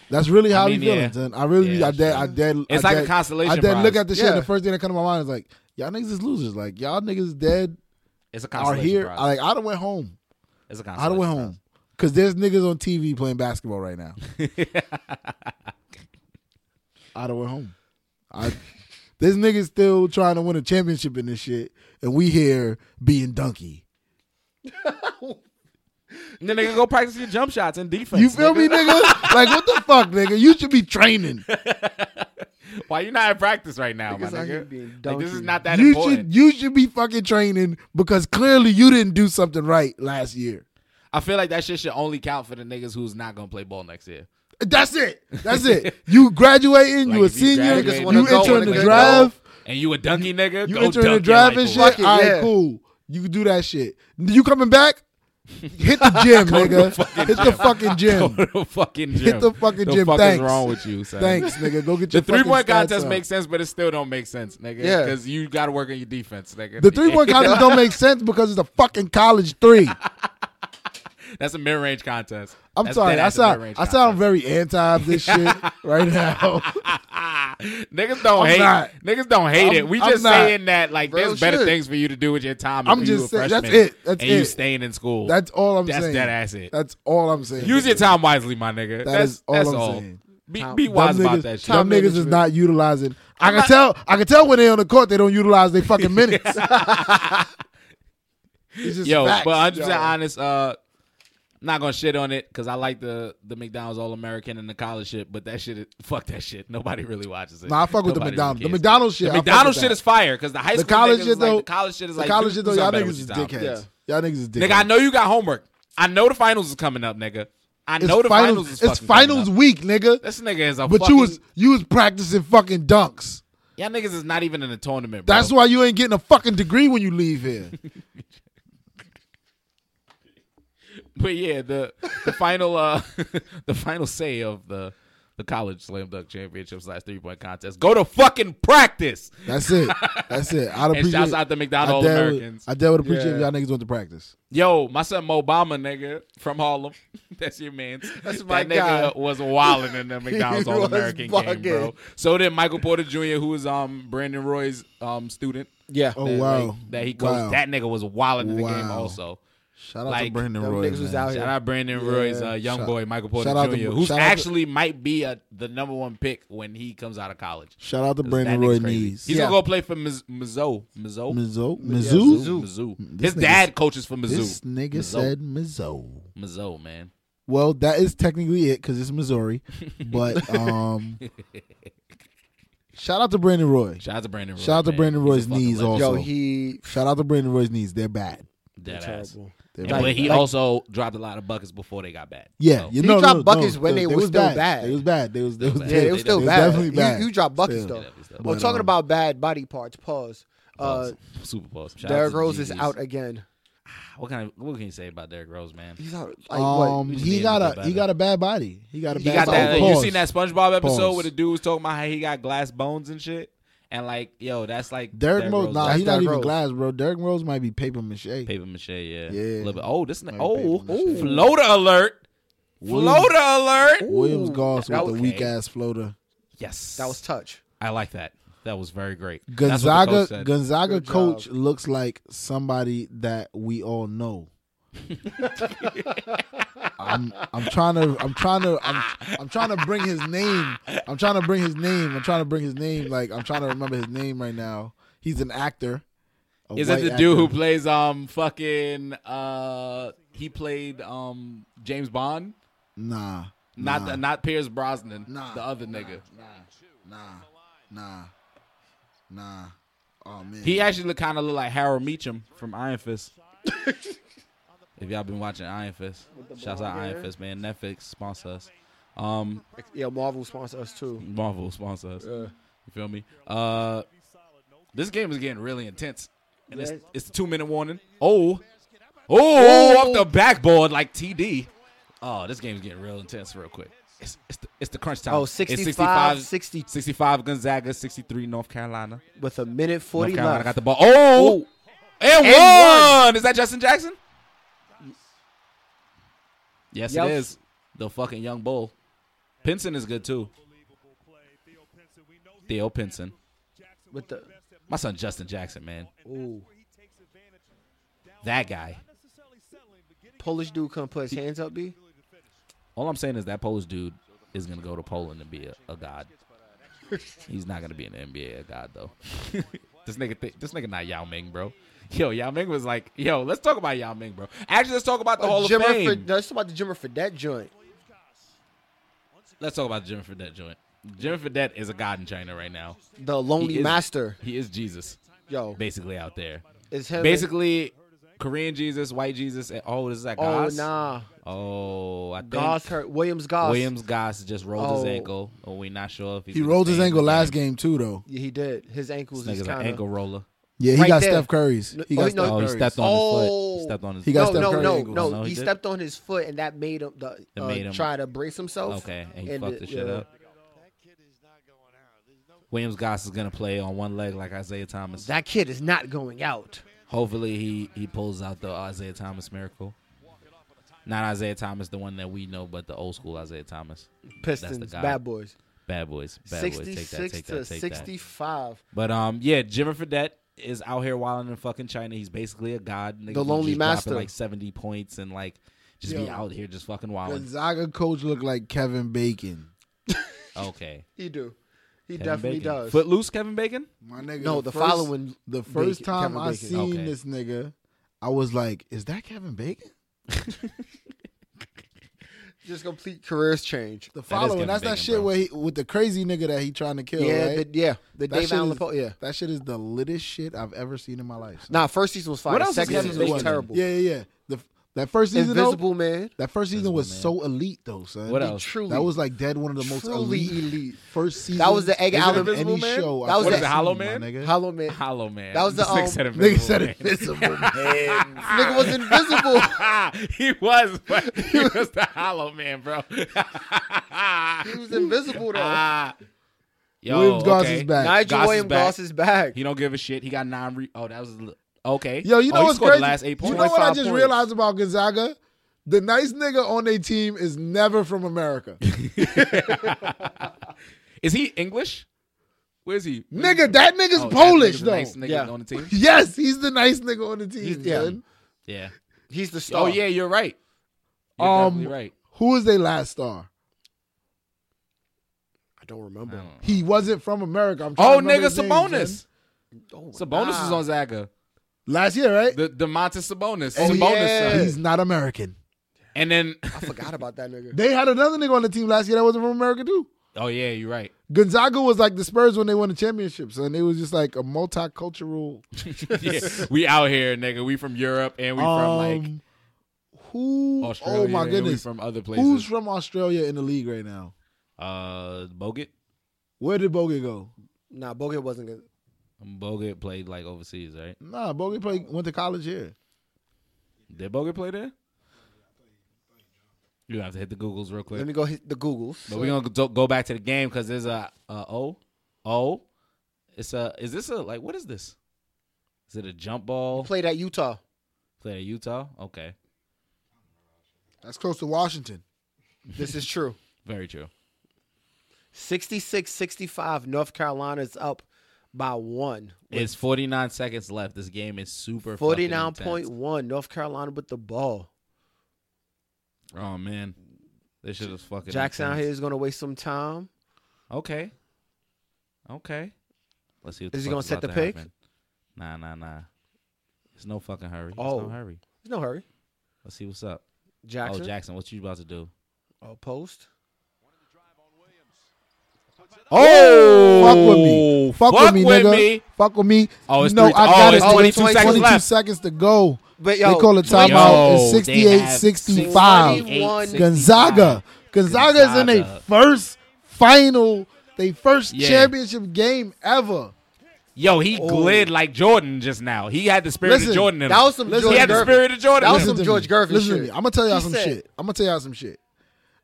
D: That's really how I
B: I
D: be
B: mean,
D: feeling,
B: yeah.
D: son. I really,
B: Yeah,
D: I dead,
B: sure.
D: I dead.
B: It's
D: I
B: like a
D: dead-
B: consolation
D: I dead look
B: prize.
D: at this shit, and
C: Yeah.
D: the first thing that come to my mind is like, y'all niggas is losers. Like y'all niggas dead
B: it's a
D: are
B: consolation
D: here.
B: prize.
D: I, like I done went home.
B: it's a
D: I
B: consolation
D: done went home because there's niggas on TV playing basketball right now. I done went home. I this nigga's still trying to win a championship in this shit, and we here being donkey.
B: and then they can go practice your jump shots and defense
D: You feel
B: nigga.
D: me, nigga? like what the fuck, nigga? You should be training.
B: why you not in practice right now my
C: Niggas out here
B: nigga
C: being
B: like, this is
C: dunking.
B: not that
D: you
B: important
D: should you should be fucking training because clearly you didn't do something right last year.
B: i feel like that shit should only count for the niggas who's not gonna play ball next year
D: That's it. That's it. You graduating,
B: Like,
D: you a
B: if you
D: senior,
B: graduate,
D: you,
C: wanna go,
D: entering
C: wanna
D: the
C: go.
D: draft.
B: and you a dunky nigga
D: You
B: go
D: entering the
B: dunk
D: drive
B: your
D: and
B: life away.
C: Fuck
D: shit.
C: it,
D: All right,
C: yeah.
D: cool. You can do that shit. You coming back? Hit the gym, nigga. Hit the fucking
B: Go
D: gym.
B: to the fucking gym.
D: Hit the fucking
B: the
D: gym.
B: Fuck is
D: Thanks.
B: wrong with you? Son?
D: Thanks, nigga. Go get
B: The
D: your
B: three
D: fucking
B: point
D: stats
B: contest
D: up.
B: makes sense, but it still don't make sense, nigga.
C: Yeah.
B: because you got to work on your defense, nigga.
D: the three point contest don't make sense because it's a fucking college three.
B: That's a mid range contest.
D: I'm
B: That's
D: sorry.
B: dead
D: I
B: ass a
D: sound
B: mid-range
D: I sound very anti this shit right now.
B: contest. niggas don't
D: I'm
B: hate.
D: not.
B: Niggas don't hate
D: I'm-
B: it. We
D: I'm
B: just
D: not.
B: saying that like
D: Real
B: there's better
D: shit.
B: things for you to do with your time.
D: I'm
B: if you
D: just
B: a
D: saying- that's
B: freshman
D: it. That's
B: and you
D: it.
B: staying in school.
D: That's all I'm
B: That's
D: saying.
B: dead ass it.
D: That's all I'm saying.
B: Use your time wisely, my nigga. that's
D: is all
B: that's
D: I'm
B: all.
D: saying.
B: Be,
C: Time-
B: be
D: Them
B: wise
D: niggas,
B: about that shit.
C: Time
D: Them niggas is
C: management.
D: not utilizing. I
B: I'm
D: can
B: not-
D: tell. I can tell when they on the court, they don't utilize their fucking minutes. It's just
B: yo,
D: facts,
B: but 100 percent
D: yo.
B: honest. Uh, I'm not gonna shit on it because I like the the McDonald's All American and the college shit, but that shit, is, fuck that shit. Nobody really watches it.
D: Nah, I fuck with the
B: Nobody really
D: McDonald's. The
B: cares.
D: McDonald's shit.
B: The
D: I fuck
B: McDonald's
D: with
B: shit
D: that.
B: is fire because the high
D: The
B: school
D: college
B: niggas
D: shit
B: is like-
D: though.
B: the college shit is
D: The
B: like
D: college
B: do
D: shit though.
B: something better
D: Y'all niggas
B: with
D: is
B: your time.
D: dickheads. Y'all niggas is dickheads.
B: Nigga, I know you got homework. I know the finals is coming up, nigga. I
D: It's
B: know the finals.
D: finals.
B: is
D: It's
B: fucking coming
D: finals
B: up.
D: week, nigga.
B: This nigga is a.
D: But
B: fucking,
D: you was you was practicing fucking dunks.
B: y'all niggas is not even in the tournament. Bro.
D: That's why you ain't getting a fucking degree when you leave here.
B: But yeah, the the final uh the final say of the the college slam dunk championship slash three point contest. Go to fucking practice.
D: That's it. That's it. I'd
B: And
D: appreciate.
B: shouts out to
D: I
B: McDonald All
D: dare would-
B: Americans.
D: I dare would appreciate if
C: Yeah.
D: y'all niggas went to practice.
B: Yo, my son Mobama, nigga, from Harlem. That's your man.
C: That's my
B: that nigga
C: guy.
B: was wilding in the McDonald's
C: He
B: All American
C: was
B: game, bro.
C: bugging.
B: So did Michael Porter Jr., who was um Brandon Roy's um student.
C: Yeah.
D: Oh
B: that,
D: wow.
B: like, that he coached.
D: Wow.
B: That nigga was wilding in the game
D: Wow.
B: also.
D: Shout out to
B: like,
D: Brandon
C: them
D: Roy.
C: niggas was
D: man.
C: out here.
B: Shout out Brandon Roy's uh, young
D: Shout-
B: boy, Michael Porter
D: shout out
B: Jr.,
D: to-
B: who's
D: shout out to-
B: actually might be a, the number one pick when he comes out of college.
D: Shout out to
B: 'Cause
D: Brandon
B: that nigga's
D: Roy
B: crazy.
D: knees.
B: He's
C: Yeah.
B: gonna go play for Miz- Mizzou. Mizzou.
D: Mizzou,
C: Mizzou?
D: Mizzou.
B: Mizzou. His
D: This nigga's-
B: dad coaches for Mizzou.
D: This nigga
B: Mizzou.
D: said Mizzou.
B: Mizzou, man.
D: Well, that is technically it because it's Missouri, but um, shout out to Brandon Roy.
B: Shout out to Brandon. Roy,
D: Shout out to
B: man.
D: Brandon
B: He's a
D: Roy's
B: fucking
D: knees
B: legend.
D: also.
C: Yo, he
D: Shout out to Brandon Roy's knees. They're bad.
B: Dead ass.
C: terrible.
D: They're
B: And
D: bad.
B: but he
D: Like,
B: also dropped a lot of buckets before they got bad.
D: yeah,
B: So,
D: you
C: He
D: know,
C: dropped
D: no,
C: buckets
D: no,
C: when
D: they,
C: they was
D: was
C: still
D: bad.
C: bad.
D: They was bad. They was they was,
B: bad.
C: Yeah,
D: they
C: it
D: was
C: was still
B: Oh. They
C: bad.
D: definitely bad.
C: You, you dropped buckets
D: Still.
B: Yeah,
C: though.
B: that was-
C: Well,
D: But,
C: talking
D: um,
C: about bad body parts. Pause. Uh,
B: Pause. Super Bowl. Shout out
C: Derrick
B: to
C: Rose is
B: GGs.
C: out again.
B: What kind of what can you say about Derrick Rose, man?
C: He's out. Like
D: Um,
C: what?
B: Just
D: he
B: being
D: got
B: a
D: a
B: little
D: he
B: better.
D: got a bad body. He got a
B: He
D: bad.
B: got
C: That's
B: that.
D: body.
C: all
B: You
D: Pause.
B: seen that SpongeBob episode
D: Pause.
B: where the dude was talking about how he got glass bones and shit, and like, yo, that's like
D: Derrick Rose?
B: Rose,
D: Nah,
B: that's
D: he not
C: Derrick
D: even
C: Rose.
D: glass, bro. Derrick Rose might be paper mache.
B: paper mache. Yeah,
D: Yeah.
B: Little bit. Oh, this na-
D: Like
B: oh
D: paper mache.
B: floater alert,
D: Williams-
B: floater alert.
D: Williams
C: Ooh,
D: Goss with
B: that
D: the
B: was-
D: weak ass floater.
B: Yes,
C: That was touch.
B: I like that. That was very great. That's what the coach
D: Gonzaga
B: said.
D: Gonzaga
C: Good
D: coach
C: job.
D: looks like somebody that we all know. I'm I'm trying to I'm trying to I'm I'm trying to bring his name. I'm trying to bring his name. I'm trying to bring his name. Like I'm trying to remember his name right now. He's an actor. a
B: is it
D: white
B: the dude who
D: actor.
B: plays um fucking uh he played um James Bond,
D: Nah.
B: not
D: nah,
B: the, not Pierce Brosnan,
D: Nah.
B: the other nigga.
D: Nah. Nah. Nah. Oh man.
B: He actually look kind of look like Harold Meacham from Iron Fist. if y'all been watching Iron Fist, shouts out Iron Fist, man. Netflix sponsor us. Um,
C: Yeah, Marvel sponsor us too.
B: Marvel sponsor us. You feel me? Uh, this game is getting really intense, and it's it's the two minute warning. Oh, oh, off the backboard like TD. Oh, this game's getting real intense real quick. It's it's the, it's the crunch time.
C: Oh,
B: It's
C: 65, 60
B: 65 Gonzaga, 63 North Carolina.
C: with a minute
B: North
C: forty
B: Carolina
C: left.
B: got the ball. Oh,
C: Ooh.
B: and,
C: And
B: one. Is that Justin Jackson? Yes,
C: Yep.
B: it is. The fucking young bull. Pinson is good too. Theo Pinson.
C: with the
B: My son Justin Jackson, man.
C: ooh,
B: That guy.
C: Polish dude come put his hands up. B.
B: All I'm saying is that Polish dude is gonna go to Poland and be a, a god. He's not gonna be in the NBA a god though. this nigga, thi- this nigga not Yao Ming, bro. Yo, Yao Ming was like, yo, let's talk about Yao Ming, bro. Actually, let's talk about the Hall of
C: Jimmer
B: Fame.
C: for, no, it's about the Jimmer for that joint.
B: Let's talk about Jimmy Fredette joint. Jimmy Fredette is a god in China right now.
C: The lonely
B: is-
C: master.
B: He is Jesus,
C: Yo,
B: basically out there.
C: it's him.
B: Basically, Korean Jesus, white Jesus, and oh, is that
C: oh
B: Goss?
C: nah,
B: Oh, I think
C: Goss hurt. Williams Goss.
B: Williams Goss just rolled his
C: Oh.
B: ankle. Oh, we not sure if he's
D: He
B: gonna
D: rolled
B: stay
D: his
B: in
D: ankle
B: the
D: last
B: game.
D: game too though.
C: Yeah, he did. His ankles
B: This
C: is
B: nigga's an
C: kind
B: ankle
C: of.
B: roller.
D: Yeah, he
C: Right
D: got
C: there.
D: Steph Curry's.
C: No-
D: He
C: oh,
D: got
C: he- no,
D: Steph
B: Oh, he
D: Curry's.
B: stepped on his foot.
C: Oh.
B: He stepped on his.
D: He got
C: No,
D: Steph
C: no,
D: Curry
C: no,
D: ankles.
C: no,
B: No, he
C: He
B: did.
C: stepped on his foot, and that made him the,
B: That
C: uh,
B: made him-
C: try to brace himself.
B: Okay, and he
C: And
B: fucked
C: it-
B: the shit
C: yeah.
B: up. Williams Goss is gonna play on one leg like Isaiah Thomas.
C: That kid is not going out.
B: Hopefully he he pulls out the Isaiah Thomas miracle. Not Isaiah Thomas, the one that we know, but the old school Isaiah Thomas.
C: Pistons,
B: guy.
C: bad boys.
B: Bad boys. Bad boys. Take that.
C: 66
B: Take
C: to
B: that. Take that.
C: 65.
B: But um, yeah, Jimmer Fredette is out here wilding in fucking China. He's basically a god. Niggas
C: The lonely
B: just dropping,
C: master.
B: like seventy points and like just be
D: Yo.
B: out here just fucking wilding.
D: Gonzaga coach look like Kevin Bacon.
B: Okay,
C: He do. He
B: Kevin
C: definitely
B: Bacon.
C: does.
B: Footloose, Kevin Bacon.
D: My nigga.
C: no, the,
D: first-
C: following
D: The first
C: Bacon-
D: time
C: Kevin
D: I
C: Bacon.
D: seen
B: Okay.
D: this nigga, I was like, "Is that Kevin Bacon?"
C: just complete careers change.
D: The
B: Kevin
D: following. that's that
B: Bacon,
D: shit
B: bro.
D: where he, with the crazy nigga that he trying to kill.
C: yeah,
D: right?
C: the, yeah, the
D: That
C: Dave
D: shit
C: Allen
D: is-
C: Poe. Yeah,
D: that shit is the littest shit I've ever seen in my life. son.
C: nah. First season was fire.
B: What else is
C: Second
B: Kevin
C: season was
B: Bacon?
C: terrible.
D: Yeah, yeah, yeah. The, that first season, though,
C: Invisible Man.
D: that first season
B: Invisible
D: was
B: Man.
D: so elite, though, son.
B: What
C: He
B: else?
C: Truly,
D: That was like dead one of the most
C: truly
D: elite,
C: elite.
D: first season.
C: That was the Egg
D: Is it
C: Allen
D: of any
C: Invisible Man?
D: show I've
C: That was
D: ever
B: the-
D: seen,
B: Hollow
D: my
B: Man?
D: nigga.
C: Hollow Man.
B: Hollow Man.
C: That was the,
B: Six
C: um,
B: said Invisible
D: Nigga said
B: Man.
D: Invisible Man.
C: Nigga was invisible.
B: he was, but he was the Hollow Man, bro.
C: he was invisible though.
B: Ah. Yo,
D: Williams Goss
B: okay.
D: is back.
C: Nigel
B: Goss is
C: William
B: back.
C: Goss is back.
B: He don't give a shit. He got nine. Re- oh, that was a li- okay.
D: Yo, you
B: oh,
D: know
B: he
D: what's
B: scored
D: crazy?
B: The last eight
D: you
B: points.
D: know what I
C: 25
D: just
C: points.
D: realized about Gonzaga? The nice nigga on their team is never from America.
B: Is he English? Where's he?
D: nigga, that nigga's
B: Oh, that
D: Polish
B: nigga's a
D: though.
B: Nice nigga
C: Yeah.
B: on the team.
D: Yes, he's the nice nigga on the team.
C: He's- yeah.
D: son.
B: Yeah.
C: He's the star.
B: Oh yeah, you're right. You're
D: Um,
B: definitely right.
D: Who is their last star?
C: I don't remember.
D: He wasn't from America. I'm trying to
B: Oh
D: remember
B: nigga,
D: his name, son.
B: Sabonis.
C: Oh,
B: Sabonis
C: nah.
B: is on Zaga.
D: Last year, right?
B: The Demontis Sabonis.
D: Oh,
B: Sabonis.
C: yeah.
B: son.
D: He's not American.
B: And then
C: I forgot about that nigga.
D: They had another nigga on the team last year that wasn't from America too.
B: oh yeah, you're right.
D: Gonzaga was like the Spurs when they won the championship, son. It was just like a multicultural.
B: yeah, we out here, nigga. We from Europe and we from like
D: um, who?
B: Australia.
D: oh my
B: and we
D: goodness!
B: from other places.
D: Who's from Australia in the league right now?
B: uh, Bogut.
D: Where did Bogut go?
C: Nah, Bogut wasn't good.
B: Bogut played like overseas, right?
D: Nah, Bogut played, went to college here.
B: Did Bogut play there? You have to hit the Googles real quick.
C: Let me go hit the Googles.
B: But we're gonna go- go back to the game because there's a, a O, O. It's a. Is this a like? What is this? Is it a jump ball? Play,
C: Played at Utah.
B: at Utah. Okay,
D: That's close to Washington.
C: This is true.
B: very true.
C: 66-65 North Carolina is up by one.
B: It's 49 seconds left. This game is super.
C: Forty
B: fucking
C: nine
B: intense.
C: point one North Carolina with the ball.
B: Oh man, this shit is fucking.
C: Jackson out
B: intense.
C: here is gonna waste some time.
B: Okay. Okay. Let's see. What
C: Is
B: the fuck
C: he gonna set
B: about
C: the
B: to
C: pick?
B: happen. Nah, nah, nah. It's no fucking hurry. Oh,
C: Oh.
B: no hurry.
C: There's no hurry.
B: Let's see what's up.
C: Jackson.
B: Oh, Jackson, what you about to do?
C: Oh, post.
D: Oh, fuck with me. Fuck,
B: Fuck
D: with me,
B: with
D: nigga.
B: me.
D: Fuck with me.
B: Oh, it's
D: no,
B: three-
D: I
B: oh,
D: got
B: it's
D: it.
C: 22
D: 22
C: seconds
B: left.
D: seconds to go.
C: But yo,
D: they call
B: Yo,
D: a timeout. It's
B: they
D: 68
B: have
D: 65.
B: 68,
C: 65.
D: Gonzaga. Gonzaga is in their
B: Gonzaga.
D: first final, their first
B: Yeah.
D: championship game ever.
B: Yo, he glid like Jordan just now. He had the spirit
D: Listen,
B: of Jordan in
C: That
B: him.
C: was some
D: Listen,
B: he
C: George
B: had the
C: Gervin.
B: spirit of Jordan.
C: That was
B: in him.
C: some George Gervin
D: Listen to
C: shit.
D: me. I'm gonna tell y'all
C: He
D: some
C: said-
D: shit. I'm gonna tell y'all some shit.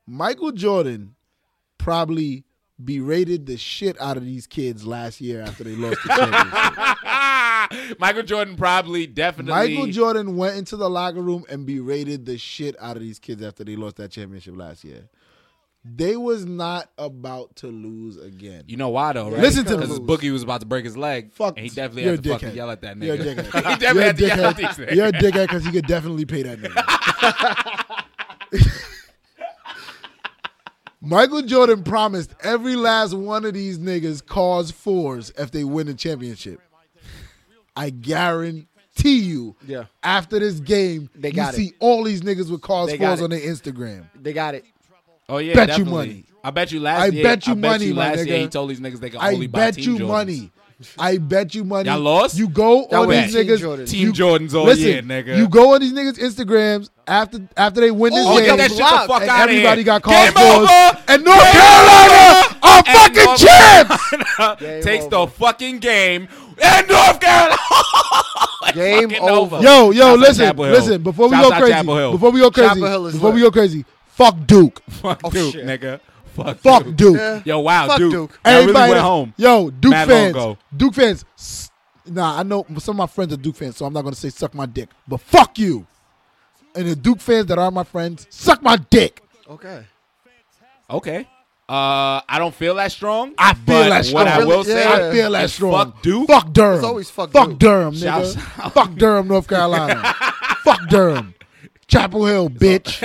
D: Michael Jordan probably berated the shit out of these kids last year after they lost the championship.
B: Michael Jordan probably definitely.
D: Michael Jordan went into the locker room and berated the shit out of these kids after they lost that championship last year. They was not about to lose again.
B: You know why though, right?
D: Listen to
B: Because
D: them.
B: his bookie was about to break his leg.
D: Fuck,
B: And he definitely
D: you're
B: had to
D: a
B: fucking
D: dickhead.
B: yell at that nigga.
D: You're a dickhead.
B: he definitely had to yell at these
D: dickhead.
B: niggas.
D: You're a dickhead because he could definitely pay that nigga. Michael Jordan promised every last one of these niggas cause fours if they win the championship. I guarantee you.
C: Yeah.
D: After this game,
C: They
D: you
C: got it.
D: see all these niggas with cause
C: They got
D: fours
C: it.
D: on their Instagram.
C: They got it.
B: Oh yeah,
D: Bet you
B: definitely.
D: money.
B: I bet you last
D: I
B: year.
D: bet you
B: I bet
D: money,
B: you
D: my
B: last year
D: nigga.
B: he told these niggas they can
D: I
B: only buy
D: bet
B: team
D: you
B: Jordans.
D: money. I bet you money.
B: Y'all lost?
D: You go
C: That
D: on
C: was
D: these
C: Team
D: niggas.
C: Jordan.
B: Team
D: you-
B: Jordans all
D: listen,
B: year, nigga.
D: You go on these niggas' Instagrams after after they win this
B: Oh,
D: game.
B: get that shit the
C: blocked,
B: fuck
D: and
B: out of here.
D: everybody got called
B: Game
D: scores.
B: over.
D: And
B: Game
D: North Carolina
B: over.
D: are
B: And
D: fucking
B: North
D: champs.
B: Carolina
C: Game
B: takes the
C: over.
B: fucking game. And North Carolina. It's
C: Game
B: fucking
C: over.
D: Yo, yo,
B: Shouts out
D: listen,
B: Chapel Hill.
D: listen. Before we
B: Shouts
D: go
B: out
D: crazy,
B: Chapel Hill.
D: before we go crazy,
C: Chapel Hill is
D: before we go
C: lit.
D: crazy, fuck Duke,
B: Fuck Duke,
C: shit.
B: nigga. Fuck,
D: Oh, fuck
B: Duke.
D: Duke.
B: Yo, wow,
C: Fuck
B: Duke.
C: Duke.
B: Y'all really
D: Everybody
B: went
D: that-
B: home.
D: Yo, Duke
B: Mad long
D: fans.
B: ago.
D: Duke fans. s- Nah, I know some of my friends are Duke fans, so I'm not gonna say suck my dick, but fuck you. and the Duke fans that are my friends, suck my dick.
C: Okay.
B: Okay. Uh, I don't feel that strong.
D: I feel
B: but
D: that strong.
B: What I will say,
D: I feel that
B: is
D: strong.
B: Fuck Duke.
D: Fuck Durham.
C: It's always fuck Duke.
D: Durham, nigga.
B: Shouts out.
D: Fuck Durham, North Carolina. fuck Durham. Chapel Hill, bitch.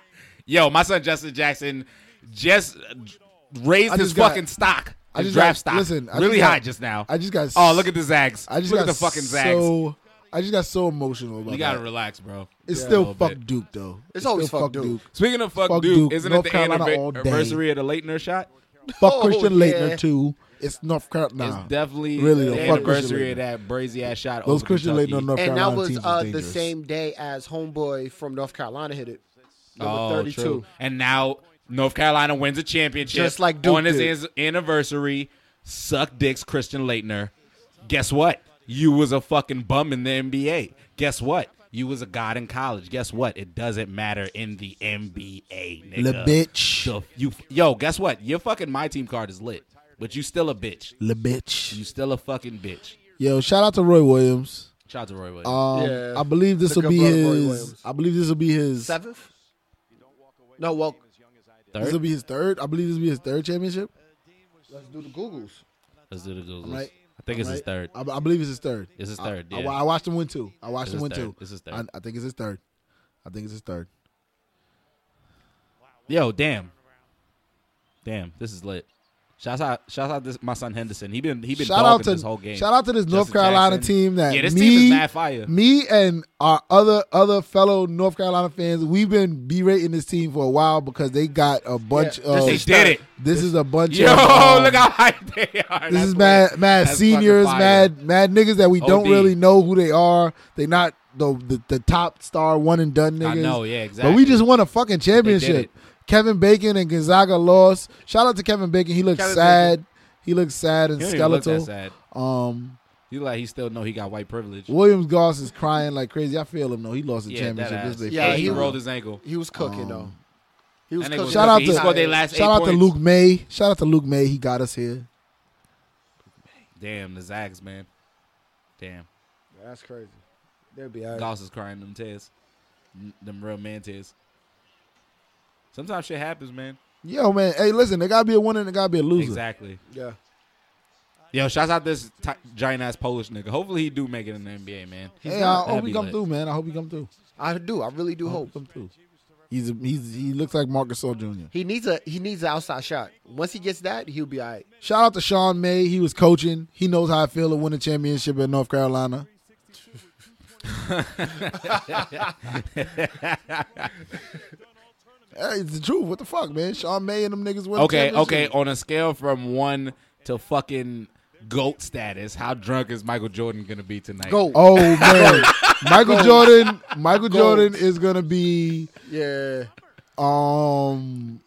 B: Yo, my son Justin Jackson just raised
D: I
B: his
D: just got-
B: fucking stock.
D: I
B: his
D: just
B: draft
D: got-
B: stock.
D: listen, I
B: really
D: just got-
B: high just now.
D: I just got.
B: oh, look at the Zags.
D: I just
B: look
D: got
B: at the fucking Zags.
D: so. I just got so emotional about
B: you gotta
D: that.
B: relax, bro.
D: It's
B: Yeah. A
D: still
B: little
D: fuck
B: bit.
D: Duke though. It's,
C: always
D: still
C: fuck Duke.
B: Speaking of fuck,
D: Fuck
B: Duke,
D: Duke,
B: isn't
D: North
B: it the
D: Carolina all
B: anniver-
D: day.
B: anniversary of the Leitner shot?
D: Fuck
C: Oh,
D: Christian
C: yeah.
D: Leitner too. It's North Carolina.
B: It's definitely
D: Really,
B: the
D: though, fuck Christian
B: anniversary
D: Leitner.
B: of that brazy ass shot.
D: Those
B: over
D: Christian
B: Kentucky.
D: Leitner North
C: And
D: Carolina
C: that was
D: teams is
C: uh, the
D: dangerous.
C: same day as homeboy from North Carolina hit it. Number
B: Oh,
C: 32.
B: true. And now North Carolina wins a championship.
C: Just like Duke
B: on his
C: did.
B: ans- anniversary, suck dicks, Christian Leitner. Guess what? You was a fucking bum in the NBA. Guess what? You was a god in college. Guess what? It doesn't matter in the NBA, nigga.
D: La bitch.
B: So you, yo, guess what? Your fucking my team card is lit, but you still a bitch.
D: La
B: You
D: bitch.
B: still a fucking bitch.
D: Yo, shout out to Roy Williams.
B: Shout out to Roy Williams.
D: Um,
C: Yeah.
D: I believe this
C: Look
D: will
C: up
D: be
C: Roy- Roy
D: his.
C: Williams.
D: I believe this will be his.
C: Seventh? No, well,
D: This will
B: Third.
D: be his third. I believe this will be his third championship.
C: let's do the Googles.
B: Let's do the Googles.
D: right.
B: I think it's his
D: right?
B: third.
D: I, I believe it's his third.
B: It's his
D: I-
B: third,
D: I,
B: yeah.
D: I watched him win two. I watched
B: It's
D: him
B: his
D: win two.
B: third. It's his third.
D: I, I think it's his third. I think it's his third.
B: Yo, damn. Damn, this is lit. Shout out, shout out this my son Henderson. He been he been
D: shout
B: dogging
D: out to
B: this whole game.
D: shout out to this North
B: Justin
D: Carolina
B: Jackson.
D: team that
B: Yeah, this
D: me,
B: team is mad fire.
D: Me and our other other fellow North Carolina fans, we've been berating this team for a while because they got a bunch
C: this
D: of.
B: They did it.
D: This is a bunch
B: Yo,
D: of. um,
B: look how hype they are.
D: This
B: That's
D: is
B: lit.
D: mad, mad
B: That's
D: seniors,
B: fucking fire.
D: mad, mad niggas that we don't
B: OD.
D: really know who they are. They not the, the the top star one and done niggas.
B: I know, yeah,
D: But we
B: exactly.
D: just won a fucking
B: it.
D: championship. Kevin Bacon and Gonzaga lost. Shout out to Kevin Bacon. He looks
C: Kevin
D: sad. He looks sad and
B: He don't even look
D: skeletal.
B: that sad.
D: Um,
B: You like he still know he got white privilege.
D: Williams Goss is crying like crazy. I feel him though. He lost the
B: Yeah, that
D: championship. This
B: ass.
D: is their
C: Yeah,
B: and
D: first
B: he
D: time.
B: rolled his ankle.
C: He was cooking, though. He was
B: that nigga
C: cooking.
B: was
D: Shout out
B: He
D: to-
B: scored their last
D: Shout
B: eight
D: out to
B: points.
D: Luke May. Shout out to Luke May. He got us here.
B: Damn the Zags, man. Damn,
C: That's crazy. They'd be all right.
B: Goss is crying them tears, N- them real man tears. Sometimes shit happens, man.
D: Yo, man. Hey, listen. There gotta be a winner. and There gotta be a loser.
B: Exactly.
C: Yeah.
B: Yo, shouts out this t- giant ass Polish nigga. Hopefully he do make it in the NBA, man.
D: Hey, I
B: That'd
D: hope
B: be
D: he come
B: lit.
D: through, man. I hope he come through.
C: I do. I really do hope.
D: come through. He's a, he's he looks like Marcus Gasol Jr.
C: He needs a he needs an outside shot. Once he gets that, he'll be all right.
D: Shout out to Sean May. He was coaching. He knows how I feel to win a championship in North Carolina. hey, it's the truth. What the fuck, man? Sean May and them niggas win. a
B: Okay, okay.
D: championship.
B: On a scale from one to fucking goat status, how drunk is Michael Jordan gonna be tonight?
C: Go.
D: Oh man, Michael Jordan. Michael Jordan is gonna be
C: Yeah.
D: um.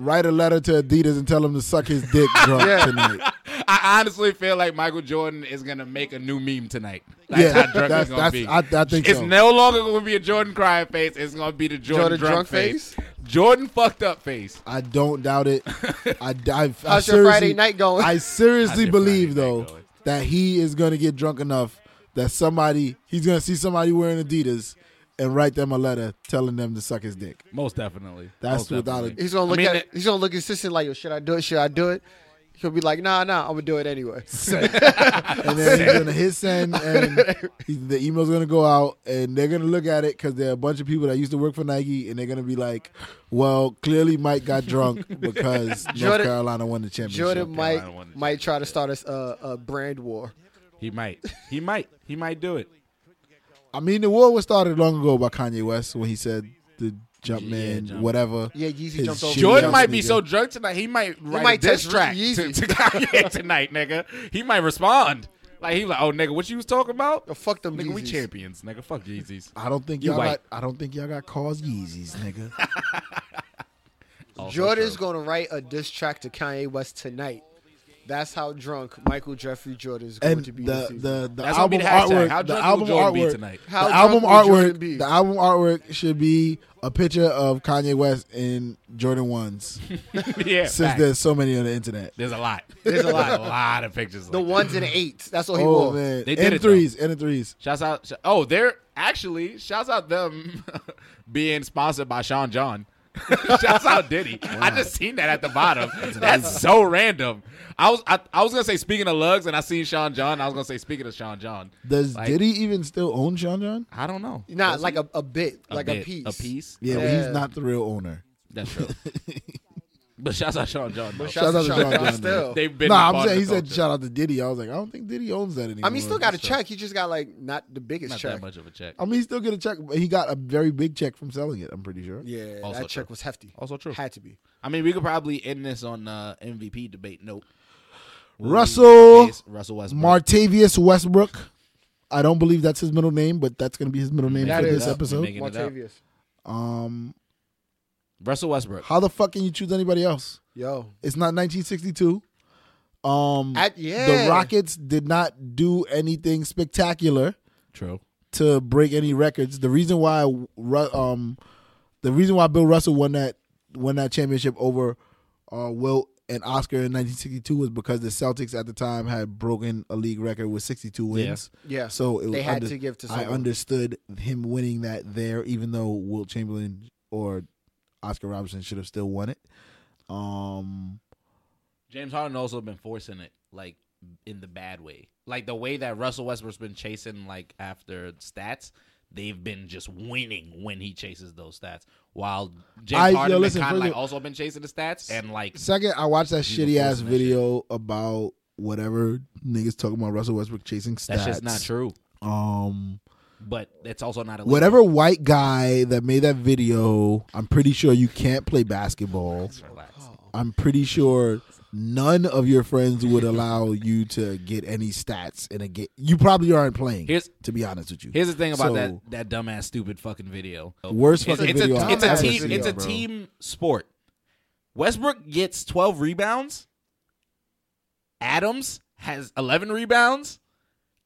D: Write a letter to Adidas and tell him to suck his dick drunk
C: Yeah.
D: tonight.
B: I honestly feel like Michael Jordan is gonna make a new meme tonight. That's
D: Yeah,
B: how drunk
D: that's-
B: it's gonna
D: that's-
B: be.
D: I- I think
B: it's
D: so.
B: no longer gonna be a Jordan crying face. It's gonna be the Jordan,
C: Jordan
B: drunk,
C: drunk
B: face.
C: face?
B: Jordan fucked up face.
D: I don't doubt it. I, I, I
C: How's your
D: seriously-
C: Friday night going?
D: I
B: How's
D: seriously
B: your
D: believe
B: Friday
D: though
B: night going?
D: that he is gonna get drunk enough that somebody he's gonna see somebody wearing Adidas and write them a letter telling them to suck his dick.
B: Most definitely. Most
D: That's without a-
B: definitely.
C: He's gonna
B: I
C: look
B: mean,
C: at
B: it-
C: he's gonna look at his sister like, yo, should I do it? Should I do it? He'll be like, nah, nah, I'm gonna do it anyway.
D: And then he's gonna hit send and he's, the email's gonna go out and they're gonna look at it because there are a bunch of people that used to work for Nike and they're gonna be like, Well, clearly Mike got drunk because North
C: Jordan-
D: Carolina won the championship.
C: Jordan
B: Carolina won
C: might
B: the
C: might try to start us a, a brand war.
B: He might. He might. He might do it.
D: I mean, the war was started long ago by Kanye West when he said the jump
B: Yeah,
D: man,
B: jump.
D: whatever.
C: Yeah, Yeezy
D: His
C: jumped over
D: shit
C: He
B: Jordan
C: jumped
B: might be
D: nigga.
B: so drunk tonight, he might write
C: might
B: a diss
C: text
B: track
C: Yeezy.
B: to, to Kanye tonight, nigga. He might respond. Like he like, oh nigga, what you was talking about?
C: Yo, fuck them
B: nigga, we
C: Yeezys. Uh,
B: champions, nigga. Fuck Yeezys.
D: I don't think
B: You
D: y'all
B: white.
D: got. I don't think y'all got cause Yeezys, nigga.
B: Also
C: Jordan's
B: true.
C: gonna write a diss track to Kanye West tonight. That's how drunk Michael Jeffrey Jordan is going
D: and
C: to be.
D: the
C: this season.
D: the the
B: That's gonna be
D: album
B: the hashtag.
D: artwork.
B: How
D: the
B: drunk will
D: album
B: Jordan be
D: artwork.
B: tonight?
D: The
C: How
D: album
C: drunk will Jordan
D: artwork.
C: be?
D: The album artwork should be a picture of Kanye West in Jordan ones.
B: yeah,
D: since
B: facts.
D: there's so many on the internet.
B: There's a lot.
C: There's a lot.
B: a lot of pictures.
C: the
B: like that.
C: ones and the eights. That's all he
D: Oh
C: wore.
D: man,
B: They did
D: N
B: it,
D: threes, N threes.
B: Shouts out. sh- Oh, they're actually shouts out them being sponsored by Sean John. shouts out Diddy. I just seen that at the bottom. That's so random. I was I, I was gonna say speaking of lugs, and I seen Sean John. I was gonna say speaking of Sean John.
D: Does
B: Like-
D: Diddy even still own Sean John?
B: I don't know.
C: Not like a, a bit, like a
B: bit,
C: piece.
B: A piece. Oh,
D: Yeah, but he's
C: Yeah.
D: not the real owner.
B: That's true. but shouts out Sean John.
D: Oh,
B: though.
C: Shout out to Sean John
D: John
C: still.
B: They've been.
D: no,
B: a
D: I'm
B: part of
D: saying he
B: the
D: said
B: culture.
D: shout out to Diddy. I was like, I don't think Diddy owns that anymore.
C: I mean, he still got a
D: So-
C: check. He just got like not the biggest
B: Not
C: check.
B: that much of a check.
D: I mean, he still get a check. But he got a very big check from selling it. I'm pretty sure.
C: Yeah,
B: Also
C: that check
B: true.
C: was hefty.
B: Also true.
C: Had to be.
B: I mean, we could probably end this on uh, MVP debate. Nope.
D: Russell
B: Russell Westbrook.
D: Martavius Westbrook. I don't believe that's his middle name, but that's gonna be his middle name
C: That
D: for
C: is-
D: this
C: Yeah.
D: episode.
B: Making it up.
C: Martavius.
D: Um,
B: Russell Westbrook.
D: how the fuck can you choose anybody else?
C: Yo.
D: It's not 1962. Um,
C: At, yeah.
D: The Rockets did not do anything spectacular
B: True.
D: to break any records. The reason why Ru- um the reason why Bill Russell won that won that championship over uh, Wilt and Oscar in 1962 was because the Celtics at the time had broken a league record with 62 wins.
C: Yeah.
D: So it was
C: They had
D: under-
C: to give to
D: I
C: someone.
D: understood him winning that there, even though Wilt Chamberlain or Oscar Robertson should have still won it. Um,
B: James Harden also been forcing it, like in the bad way, like the way that Russell Westbrook's been chasing, like after stats. They've been just winning when he chases those stats, while James
D: I- yo,
B: Harden
D: listen,
B: kind of
D: first
B: like
D: of-
B: also been chasing the stats and like
D: Second, I watched that
B: You were
D: shitty ass
B: forcing that
D: video about whatever niggas talking about Russell Westbrook chasing stats.
B: that's just not true.
D: Um,
B: But that's also not a
D: whatever white guy that made that video, I'm pretty sure you can't play basketball.
C: Oh.
B: Relax.
D: I'm pretty sure none of your friends would allow you to get any stats in a game. You probably aren't playing.
B: Here's-
D: to be honest with you.
B: Here's the thing about
D: So-
B: that that dumbass stupid fucking video.
D: Worst
B: It's-
D: fucking
B: it's,
D: video
B: A,
D: I've
B: it's a
D: ever
B: team.
D: seen,
B: it's a
D: bro.
B: team sport. Westbrook gets 12 rebounds. Adams has 11 rebounds.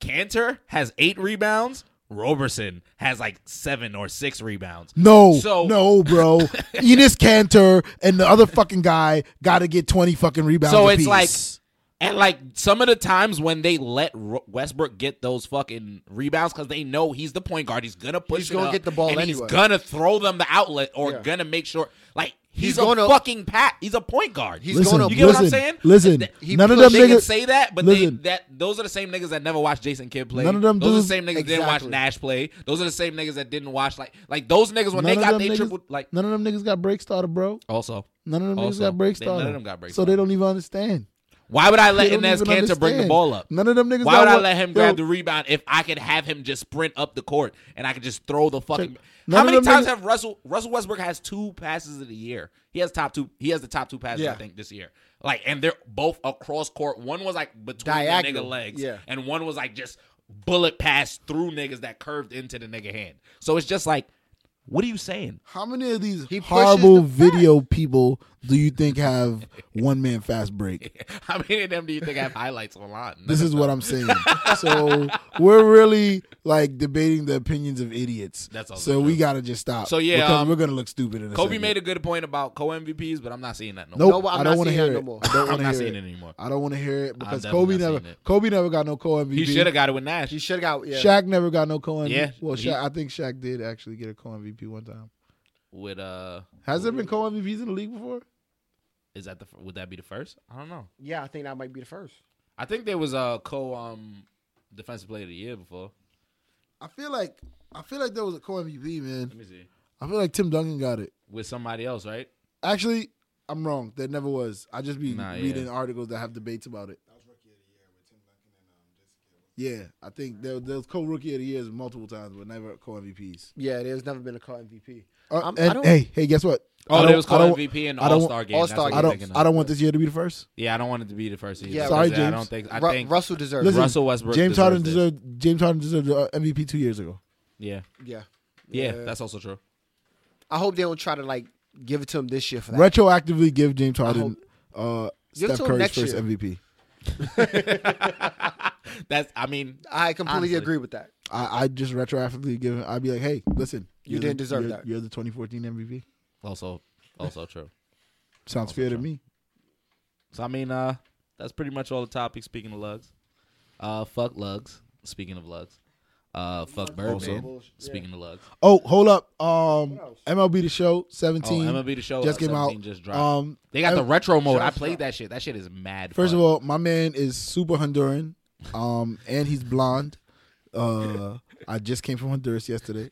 B: Cantor has eight rebounds. Roberson has like seven or six rebounds.
D: No,
B: So-
D: no, bro. Enos Cantor and the other fucking guy got to get twenty fucking rebounds.
B: So
D: apiece.
B: it's like, and like some of the times when they let Ro- Westbrook get those fucking rebounds because they know he's the point guard, he's gonna push.
C: He's
B: it
C: gonna
B: up,
C: get the ball
B: and
C: anyway.
B: he's gonna throw them the outlet or
C: Yeah.
B: gonna make sure. Like he's,
C: He's
B: a
C: gonna-
B: fucking pat. He's a point guard.
C: He's gonna-
B: You get what I'm
D: listen,
B: saying?
D: Listen,
B: Th-
C: he
D: none of
C: put-
D: them
B: they can
D: niggas.
B: say that, but
D: listen.
B: they that those are the same niggas that never watched Jason Kidd play.
D: None of them
B: Those are the
D: dudes-
B: same niggas that didn't watch
C: Exactly.
B: Nash play. Those are the same niggas that didn't watch like like those niggas when
D: none
B: they
D: of
B: got
D: them
B: they
D: niggas-
B: tripled like
D: None of them niggas got break started, bro.
B: also.
D: None of them niggas
B: Also,
D: got break
B: they- none of
D: started.
B: them got break
D: so they don't even understand.
B: Why would I
D: They
B: let
D: don't
B: Inez
D: even
B: Cantor bring the
D: understand.
B: ball up?
D: None of them niggas.
B: Why would
D: got
B: I
D: one-
B: let him
D: Yo,
B: grab the rebound if I could have him just sprint up the court and I could just throw the fucking?
D: None
B: How
D: of
B: many
D: them
B: times
D: niggas-
B: have Russell Russell Westbrook has two passes of the year? He has top two. He has the top two passes
C: Yeah.
B: I think this year. Like and they're both across court. One was like between
C: Diagonal,
B: the nigga legs,
C: yeah.
B: and one was like just bullet pass through niggas that curved into the nigga hand. So it's just like, what are you saying?
D: How many of these
C: He pushes
D: horrible
C: the
D: video people do you think have one man fast break?
B: How many of them do you think have highlights online?
D: This is what I'm saying. so we're really like debating the opinions of idiots.
B: That's also
D: so we gotta just stop.
B: So, yeah,
D: because
B: um,
D: we're gonna look stupid. In a
B: Kobe
D: second.
B: made a good point about co MVPs, but I'm not seeing that no
D: Nope,
B: more.
C: No, I'm
D: I
C: not
D: don't want to
C: seeing that
D: hear
C: no
D: it.
C: more.
D: I don't want
B: I'm
D: to
B: not
D: hear
B: seeing
D: it.
B: it anymore.
D: I don't want to hear it because
B: definitely
D: Kobe
B: not
D: never
B: seeing it.
D: Kobe never got no co MVP.
B: He should have got it with Nash.
C: He should have got. Yeah.
D: Shaq never got no co MVP.
B: Yeah,
D: well,
B: he-
D: Shaq, I think Shaq did actually get a co MVP one time.
B: with uh
D: Has there been co MVPs in the league before?
B: is that the fir- would that be the first? I don't know.
C: Yeah, I think that might be the first.
B: I think there was a co um defensive player of the year before.
D: I feel like I feel like there was a co MVP, man.
B: Let me see.
D: I feel like Tim Duncan got it.
B: With somebody else, right?
D: Actually, I'm wrong. There never was. I just be
B: Nah, yeah.
D: reading articles that have debates about it. Yeah, I think there, there was co rookie of the years multiple times, but never co MVPs.
C: Yeah, there's never been a call MVP.
D: Uh,
C: I'm- I
D: and
C: don't-
D: hey, hey, guess what? I
B: Oh,
D: don't-
B: there was
D: I
B: called
D: don't-
B: MVP and
D: I don't-
B: All Star game.
C: All-Star
B: That's what
D: I
B: I'm
D: don't.
B: thinking of.
D: I don't want this year to be the first.
B: Yeah, I don't want it to be the first. Either.
C: Yeah,
D: Sorry,
B: I don't
D: James.
B: think. I
C: Ru-
B: think
C: Russell deserves.
D: Listen,
C: it.
B: Russell Westbrook.
D: James
B: deserves
D: Harden
B: this.
D: deserved. James Harden deserved uh, MVP two years ago.
B: Yeah.
C: Yeah.
B: yeah, That's also true.
C: I hope they don't try to like give it to him this year for that.
D: Retroactively give James Harden
C: hope-
D: uh,
C: Give it
D: Steph
C: to him
D: Curry's
C: next
D: first
C: year.
D: MVP.
B: That's I mean
C: I completely
B: Honestly.
C: agree with that.
D: I, I just retroactively give. him- I'd be like, hey, listen,
C: You
D: you're
C: didn't
D: the-
C: deserve
D: you're-
C: that.
D: You're the 2014 MVP.
B: also also true.
D: Sounds
B: Also
D: fair to
B: true.
D: me.
B: So I mean, uh, that's pretty much all the topics. Speaking of lugs, uh, fuck lugs. Speaking of lugs, uh, fuck Birdman.
C: bullshit, yeah.
B: Speaking of lugs,
D: Oh, hold up. Um,
C: else?
D: MLB the Show
B: oh
D: 17
B: MLB the show
D: just
B: uh,
D: came out.
B: 17 Just dropped.
D: Um,
B: they got the retro mode. I
C: Just
B: played
C: dropped.
B: that shit. That shit is mad.
D: First
B: fun.
D: of all, my man is super Honduran, um, and he's blonde. Uh, I just came from Honduras yesterday,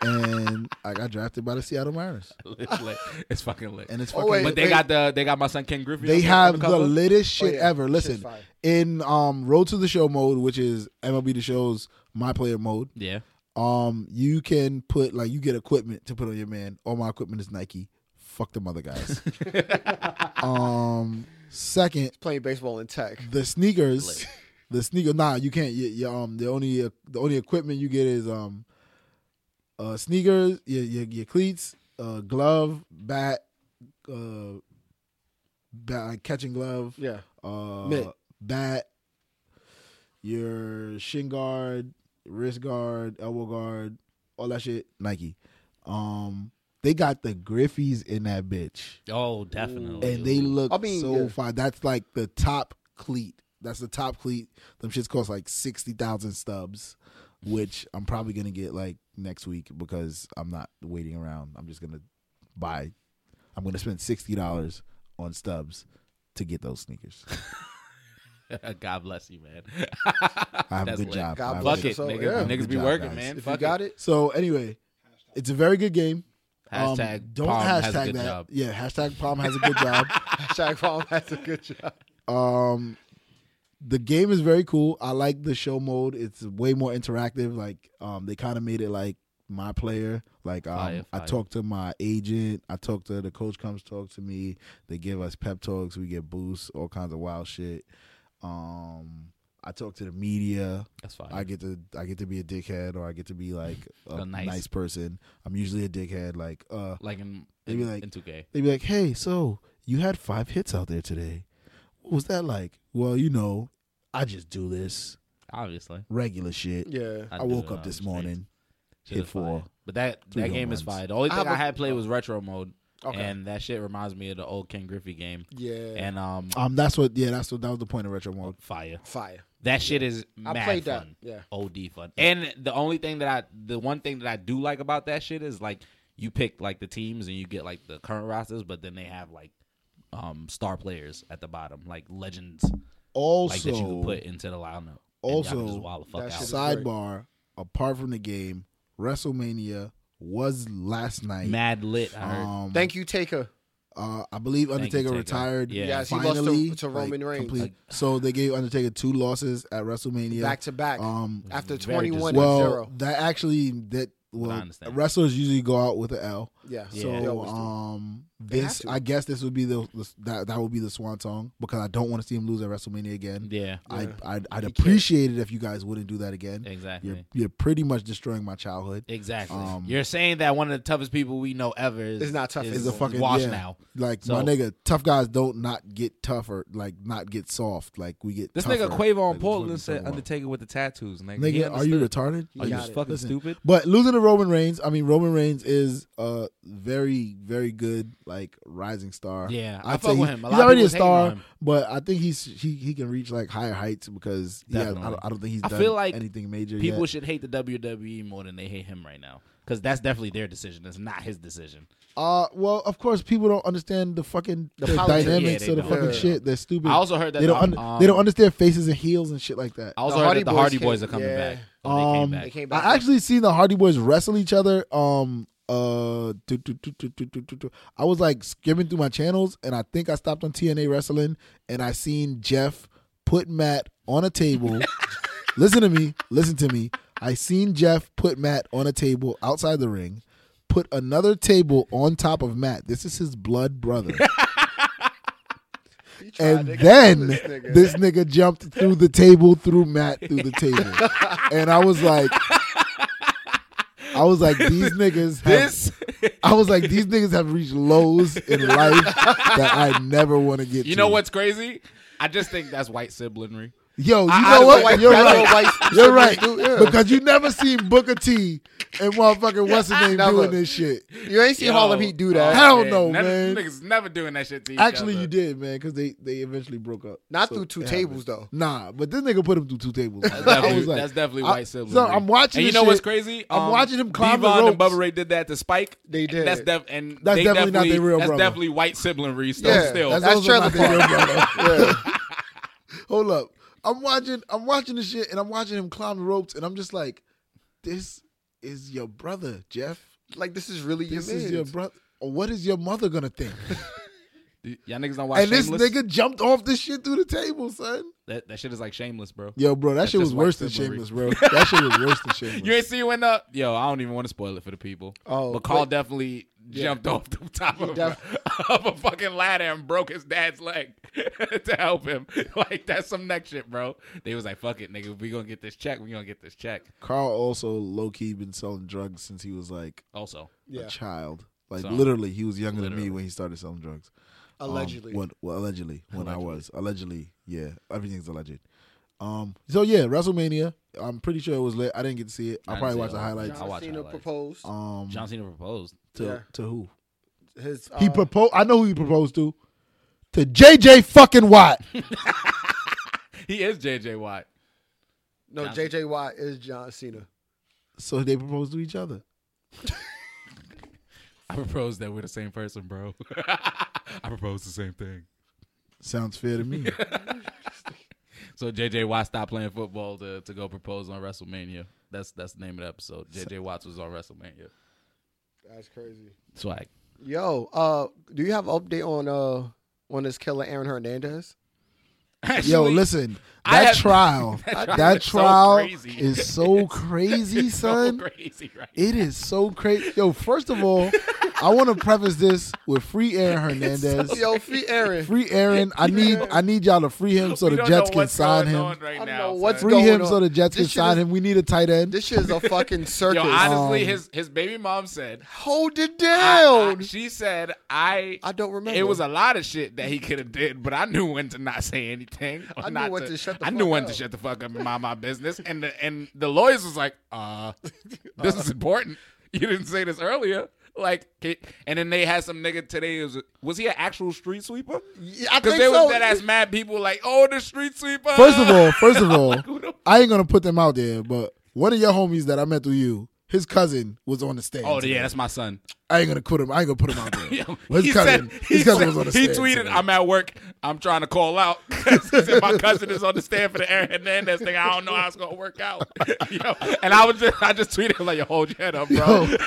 D: and I got drafted by the Seattle Mariners,
B: it's, lit. It's fucking lit.
D: and it's
C: Oh,
D: fucking.
C: wait,
B: but they
C: wait.
B: got the they got my son Ken Griffey.
D: they
B: on the-
D: have
B: on
D: the,
B: cover.
D: latest
C: Oh,
D: shit
C: yeah.
D: ever.
C: Shit's
D: Listen,
C: fire.
D: in um, Road to the Show mode, which is MLB the Show's My Player mode,
B: yeah.
D: um, you can put like you get equipment to put on your man. All my equipment is Nike. Fuck them other guys. um, second,
C: Playing baseball in tech.
D: the sneakers,
B: Lit.
D: the sneaker. Nah, you can't. You, you, um, the only uh, the only equipment you get is um, uh, sneakers, your your, your cleats, uh, glove, bat, uh, bat like catching glove,
C: Yeah.
D: uh,
C: Mitt.
D: bat, your shin guard, wrist guard, elbow guard, all that shit. Nike. Um, they got the Griffies in that bitch
B: Oh, definitely.
D: and they look
C: I mean,
D: so
C: yeah.
D: fine. That's like the top cleat. That's the top cleat. Them shits cost like sixty thousand stubs, which I'm probably gonna get like next week because I'm not waiting around. I'm just gonna buy. I'm gonna spend sixty dollars on stubs to get those sneakers.
B: God bless you, man.
D: I have a
B: That's
D: good
B: lit.
D: job.
C: God
D: I have a
C: bless
B: Fuck
D: good-
B: it,
C: you. So,
B: nigga.
C: yeah.
B: Niggas
D: Good
B: be
D: job,
B: working,
D: guys.
B: man.
C: If
B: Fuck
C: you got it,
D: So anyway, it's a very good game. Um,
B: Hashtag
D: don't
B: Palm
D: hashtag
B: has a good
D: that.
B: job.
D: Yeah, hashtag Palm has a good job.
C: Shaq Paul that's a good job.
D: Um, the game is very cool. I like the show mode. It's way more interactive. Like, um, they kind of made it like my player. Like, um,
B: Fire,
D: I
B: fire.
D: talk to my agent. I talk to the coach. Comes talk to me. They give us pep talks. We get boosts. All kinds of wild shit. Um, I talk to the media.
B: That's fine.
D: I get to I get to be a dickhead or I get to be like a
B: A nice-
D: nice. person. I'm usually a dickhead. Like, uh,
B: like in,
D: They
B: in,
D: be like-
B: in 2K.
D: They'd be like, "Hey, so you had five hits out there today. What was that like?" Well, you know, I just do this
B: Obviously.
D: regular shit.
C: Yeah.
D: I,
B: do
D: woke
B: it on
D: up this
B: the streets.
D: morning,
B: Should've
D: hit four.
B: fired. But that
D: Three
B: that
D: home
B: game is
D: runs.
B: fire. The only
C: I
B: thing
C: have
B: I
C: a-
B: had played was retro mode,
C: Okay.
B: and that shit reminds me of the old Ken Griffey game.
C: yeah.
B: And um,
D: Um, that's what. Yeah, that's what. That was the point of retro mode.
B: fire.
C: Fire.
B: That shit is mad
C: I played that.
B: fun.
C: Yeah.
B: OD fun. And the only thing that I, the one thing that I do like about that shit is like you pick like the teams and you get like the current rosters, but then they have like um star players at the bottom, like legends,
D: Also,
B: like that you can put into the lineup. and y'all can
D: also,
B: just wild the fuck
C: that
B: out.
C: shit is
D: sidebar. Apart from the game, WrestleMania was last night.
B: mad lit. I heard.
D: Um,
C: Thank you, Taker.
D: Uh, I believe
B: you,
D: Undertaker
B: Taker.
D: retired.
B: Yeah.
C: Yes, he lost to-
D: finally
C: to Roman Reigns.
D: So they gave Undertaker two losses at WrestleMania.
C: Back to back.
D: um,
C: After
B: Very
C: 21 and
D: well,
C: 0.
D: that actually that well,
B: understand.
D: wrestlers usually go out with an L.
C: Yeah.
B: Yeah.
C: They
D: So
C: always do.
D: um,
C: They
D: this
C: have to.
D: I guess this would be the, the that that would be the swan song because I don't want to see him lose at WrestleMania again.
B: yeah,
D: I
C: Yeah.
D: I'd, I'd
C: You can't.
D: appreciate it if you guys wouldn't do that again.
B: exactly.
D: You're you're pretty much destroying my childhood.
B: Exactly.
D: Um,
B: You're saying that one of the toughest people we know ever is
C: It's not tough
B: Is,
D: It's a fucking
B: wash
D: yeah.
B: now.
D: Like
B: So-
D: my nigga, tough guys don't not get tougher. Like not get soft. Like we get
B: This
D: tougher.
B: nigga Quavo
D: Like,
B: on
D: what you
B: Portland said
D: talking about?
B: Undertaker with the tattoos. Nigga, He
D: Nigga, are you
B: understood.
D: retarded?
C: He
B: Are you
C: got it.
B: fucking
D: Listen,
B: stupid?
D: But losing to Roman Reigns, I mean Roman Reigns is a very, very good like rising star.
B: Yeah, I
D: I'd
B: fuck
D: say
B: with
D: he-
B: him. A lot
D: He's
B: of
D: already a
B: people's hating on
D: star,
B: him.
D: but I think he's he, he can reach like higher heights because yeah, I
B: Definitely.
D: don't, I don't think he's
B: I
D: done
B: feel like
D: anything major.
B: People
D: yet.
B: should hate the WWE more than they hate him right now because that's definitely their decision. It's not his decision.
D: uh, well, of course, people don't understand the fucking the,
C: politics.
D: dynamics
B: Yeah, they
D: of the
B: don't.
D: fucking
C: Yeah.
D: shit. They're stupid.
B: I also heard that
D: they don't
B: the-
D: under-
B: um,
D: they don't understand faces and heels and shit like that.
B: I also
C: The
B: heard
C: Hardy
B: that the
C: Boys
B: Hardy
C: came-
B: Boys are coming
C: yeah.
B: back. Or they came
D: Um,
B: back.
C: They came back.
D: I actually seen the Hardy Boys wrestle each other. Um, uh, do, do, do, do, do, do, do, do. I was like skimming through my channels, and I think I stopped on TNA wrestling, and I seen Jeff put Matt on a table. listen to me, listen to me. I seen Jeff put Matt on a table outside the ring, put another table on top of Matt. This is his blood brother.
C: He tried
D: And
C: to kill
D: then
C: this nigga.
D: this nigga jumped through the table, through Matt, through the table. and I was like, I was like, these niggas have,
B: This,
D: I was like, these niggas have reached lows in life that I never want to get
B: you
D: to.
B: know what's crazy? I just think that's white siblinry.
D: Yo, you
B: I- I
D: know
B: don't
D: what?
B: like-
D: You're
C: I don't
D: right.
C: like-
D: You're right.
C: do- yeah.
D: Because you never seen Booker T and motherfucking what's his name
C: Never.
D: doing this shit.
C: You ain't seen Harlem Heat do that.
D: Hell no, man.
B: Niggas never doing that shit to each
D: Actually,
B: other.
D: you did, man, because they they eventually broke up.
C: Not
D: So
C: through two
D: it
C: tables though.
D: happened. Nah, but this nigga put him through two tables.
B: That's
D: I
B: definitely,
D: was like,
B: that's definitely
D: I-
B: white sibling.
D: So I'm watching.
B: And you
D: this
B: know
D: shit.
B: what's crazy?
D: I'm
B: Um,
D: watching him climb the
B: Devon and
D: ropes.
B: Bubba Ray did that to Spike.
C: They did.
B: That's, def- and
D: That's
B: they
D: definitely not their real
B: That's
D: brother.
B: definitely white sibling still.
C: Yeah,
B: still.
C: that's-
D: also
C: trailer
D: not their
C: park.
D: real brother.
C: Yeah.
D: Hold up. I'm watching I'm watching this shit and I'm watching him climb the ropes and I'm just like, this is your brother, Jeff.
C: Like this is really
D: This
C: your
D: is
C: man.
D: your brother. What is your mother gonna think?
B: Y'all niggas don't watch
D: and this
B: Shameless?
D: nigga jumped off this shit through the table, son.
B: That, that shit is like Shameless, bro.
D: Yo, bro, that
B: That's
D: shit was
B: just white
D: worse than
B: chivalry.
D: shameless, bro. That shit was worse than
B: You
D: shameless.
B: ain't see when uh yo, I don't even want to spoil it for the people.
C: Oh,
B: but Carl
C: wait.
B: definitely jumped off the top of,
C: def-
B: a, of a fucking ladder and broke his dad's leg to help him. Like that's some next shit, bro. They was like, "Fuck it, nigga, we gonna get this check. We gonna get this check."
D: Carl also low key been selling drugs since he was like
B: Also,
C: Yeah.
D: a child. Like
B: So-
D: literally, he was younger than
B: Literally.
D: me when he started selling drugs. Um,
C: Allegedly.
D: when, well, allegedly, when I was allegedly, yeah, everything's alleged. Um, so yeah, WrestleMania. I'm pretty sure it was lit. I didn't get to see it. I
B: I didn't
D: probably
B: see
D: watched
B: it.
D: the highlights.
B: I
C: John
B: watch
C: Cena
B: highlights.
C: proposed
D: Um,
B: John Cena proposed.
D: to
C: Yeah.
D: to who?
C: his.
D: He
C: uh,
D: proposed. I know who he proposed to. To JJ fucking Watt.
B: He is JJ Watt.
C: no,
B: John-
C: JJ Watt is John Cena.
D: so they proposed to each other.
B: I proposed that we're the same person, bro. I proposed the same thing.
D: Sounds fair to me.
B: So JJ Watt stopped playing football to, to go propose on WrestleMania. That's that's the name of the episode. JJ Watts was on WrestleMania.
C: That's crazy.
B: Swag.
C: Yo, uh, do you have an update on uh on this killer Aaron Hernandez?
D: Yo,
B: Actually,
D: listen,
B: I
D: that
B: have-
D: trial,
B: That
D: that
B: trial
D: trial,
B: is so crazy.
D: is so crazy,
B: it's so
D: son.
B: crazy, right?
D: It is so crazy. Yo, first of all, I want to preface this with free Aaron Hernandez.
C: Yo, free Aaron.
D: free Aaron. I need I need y'all to free him so
B: We
D: the
B: don't
D: Jets
B: know
D: can
B: what's
D: sign
B: going
D: him.
B: on right
C: I don't
B: now,
C: know
B: son.
C: what's
D: Free
C: going
D: him
C: on.
D: so the Jets
C: This
D: can
C: shit
D: sign
C: is-
D: him. We need a tight end.
C: This shit is a fucking
B: Yo,
C: circus.
B: honestly,
D: Um,
B: his his baby mom said,
C: Hold it
B: I-
C: down.
B: I- she said, I,
C: I don't remember.
B: It was a lot of shit that he could have did, but I knew when to not say anything. or
C: I knew
B: not
C: when to shut the
B: I knew
C: fuck
B: when to
C: up.
B: shut the fuck up and mind my business. And the, and the lawyers was like, uh, this
C: Uh-huh.
B: is important. You didn't say this earlier. Like, can- and then they had some nigga today. Was, was he an actual street sweeper?
C: Yeah, I
B: Because
C: think
B: they
C: so.
B: was dead ass mad people like, oh, the street sweeper.
D: First of all, first of all,
B: who the-
D: I ain't gonna put them out there, but one of your homies that I met through you, his cousin was on the stand.
B: oh
D: today.
B: yeah, that's my son.
D: I ain't gonna put him. I ain't gonna put him out there.
B: Yeah,
D: Well, his cousin, his cousin was on the
B: he
D: stand
B: tweeted,
D: today.
B: "I'm at work. I'm trying to call out because he said my cousin is on the stand for the Aaron Hernandez thing. I don't know how it's gonna work out." You know? And I was just, I just tweeted like, "Yo, hold your head up, bro."
D: because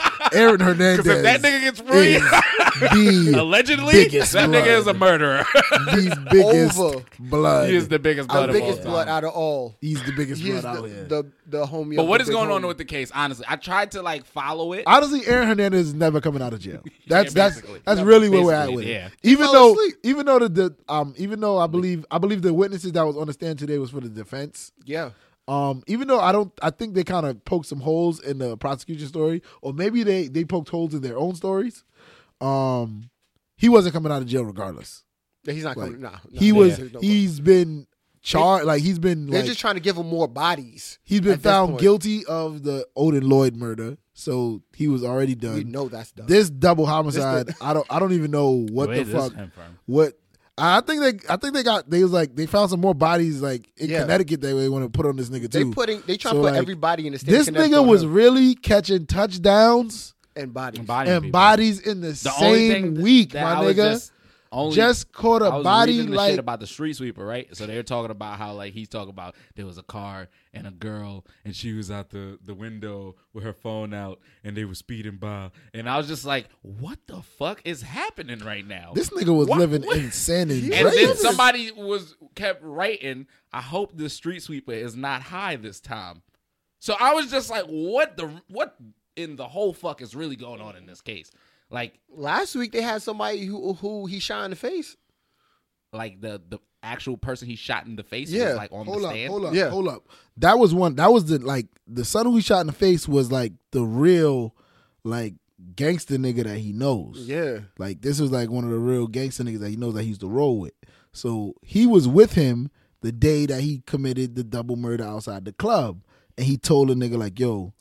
D: Oh, Aaron Hernandez.
B: Because if that nigga gets free,
D: is the
B: allegedly,
D: biggest
B: that
D: blood.
B: nigga is a murderer.
D: the biggest
C: Over.
D: blood.
B: he is the biggest blood
C: the
B: of
C: biggest
B: all
C: blood
B: time.
C: out of all.
D: He's the biggest
C: He
D: blood
C: is the,
D: out here.
C: the the homie.
B: But
C: of
B: what
C: the
B: is
C: big
B: going on
C: homie.
B: with the case? Honestly, I tried to like follow it.
D: Honestly, Aaron Hernandez is never coming out of jail. That's that's
B: basically.
D: that's
B: Yeah,
D: really where we're at
B: basically,
D: with
B: yeah.
D: it. Even
C: Fell
D: though
C: asleep.
D: even though the, the um even though I believe I believe the witnesses that was on the stand today was for the defense.
C: Yeah,
D: Um, even though I don't, I think they kind of poked some holes in the prosecution story, or maybe they they poked holes in their own stories. Um, he wasn't coming out of jail regardless.
C: Yeah, he's not
D: Like,
C: coming. Oh, Nah, nah,
D: he
C: there's-
D: was.
C: there's no way.
D: he's been charged. Like he's been.
C: They're
D: Like,
C: just trying to give him more bodies.
D: he's been
C: at this
D: found
C: point.
D: guilty of the Odin Lloyd murder, so he was already done.
C: We know that's done.
D: Uh, This double homicide, I don't. I don't even know what
B: Where
D: the
B: is this
D: fuck.
B: come from?
D: What. I think they, I think they got, they was like, they found some more bodies like in
C: Yeah.
D: Connecticut that they want to put on this nigga
C: they
D: too.
C: putting they trying
D: So,
C: to put
D: like,
C: everybody in the state. of
D: This
C: Connecticut
D: nigga
C: on
D: was
C: him
D: really catching touchdowns
C: and bodies.
B: Embodying
D: and
B: people.
D: bodies in the,
B: The only
D: same
B: thing th-
D: week,
B: that
D: my
B: I was
D: nigga.
B: Just,
D: Just,
B: only,
D: caught
B: I
D: a
B: was
D: body
B: reading the
D: like
B: shit about the street sweeper, right? So they're talking about how like he's talking about there was a car and a girl and she was out the the window with her phone out and they were speeding by and I was just like, what the fuck is happening right now?
D: this nigga was
B: What-
D: living
B: what-
D: in San
B: and then
D: Andreas.
B: somebody was kept writing, I hope the street sweeper is not high this time. So I was just like, what the what in the whole fuck is really going on in this case? Like
C: Last week they had somebody who who he shot in the face.
B: like the the actual person he shot in the face
C: Yeah,
B: was like on
D: Hold
B: the
D: up,
B: stand.
D: hold up,
C: Yeah.
D: hold up. That was one. That was the like the son who he shot in the face was like the real like gangster nigga that he knows.
C: Yeah,
D: Like this was like one of the real gangster niggas that he knows that he used to roll with. So he was with him the day that he committed the double murder outside the club, and he told a nigga like, "Yo,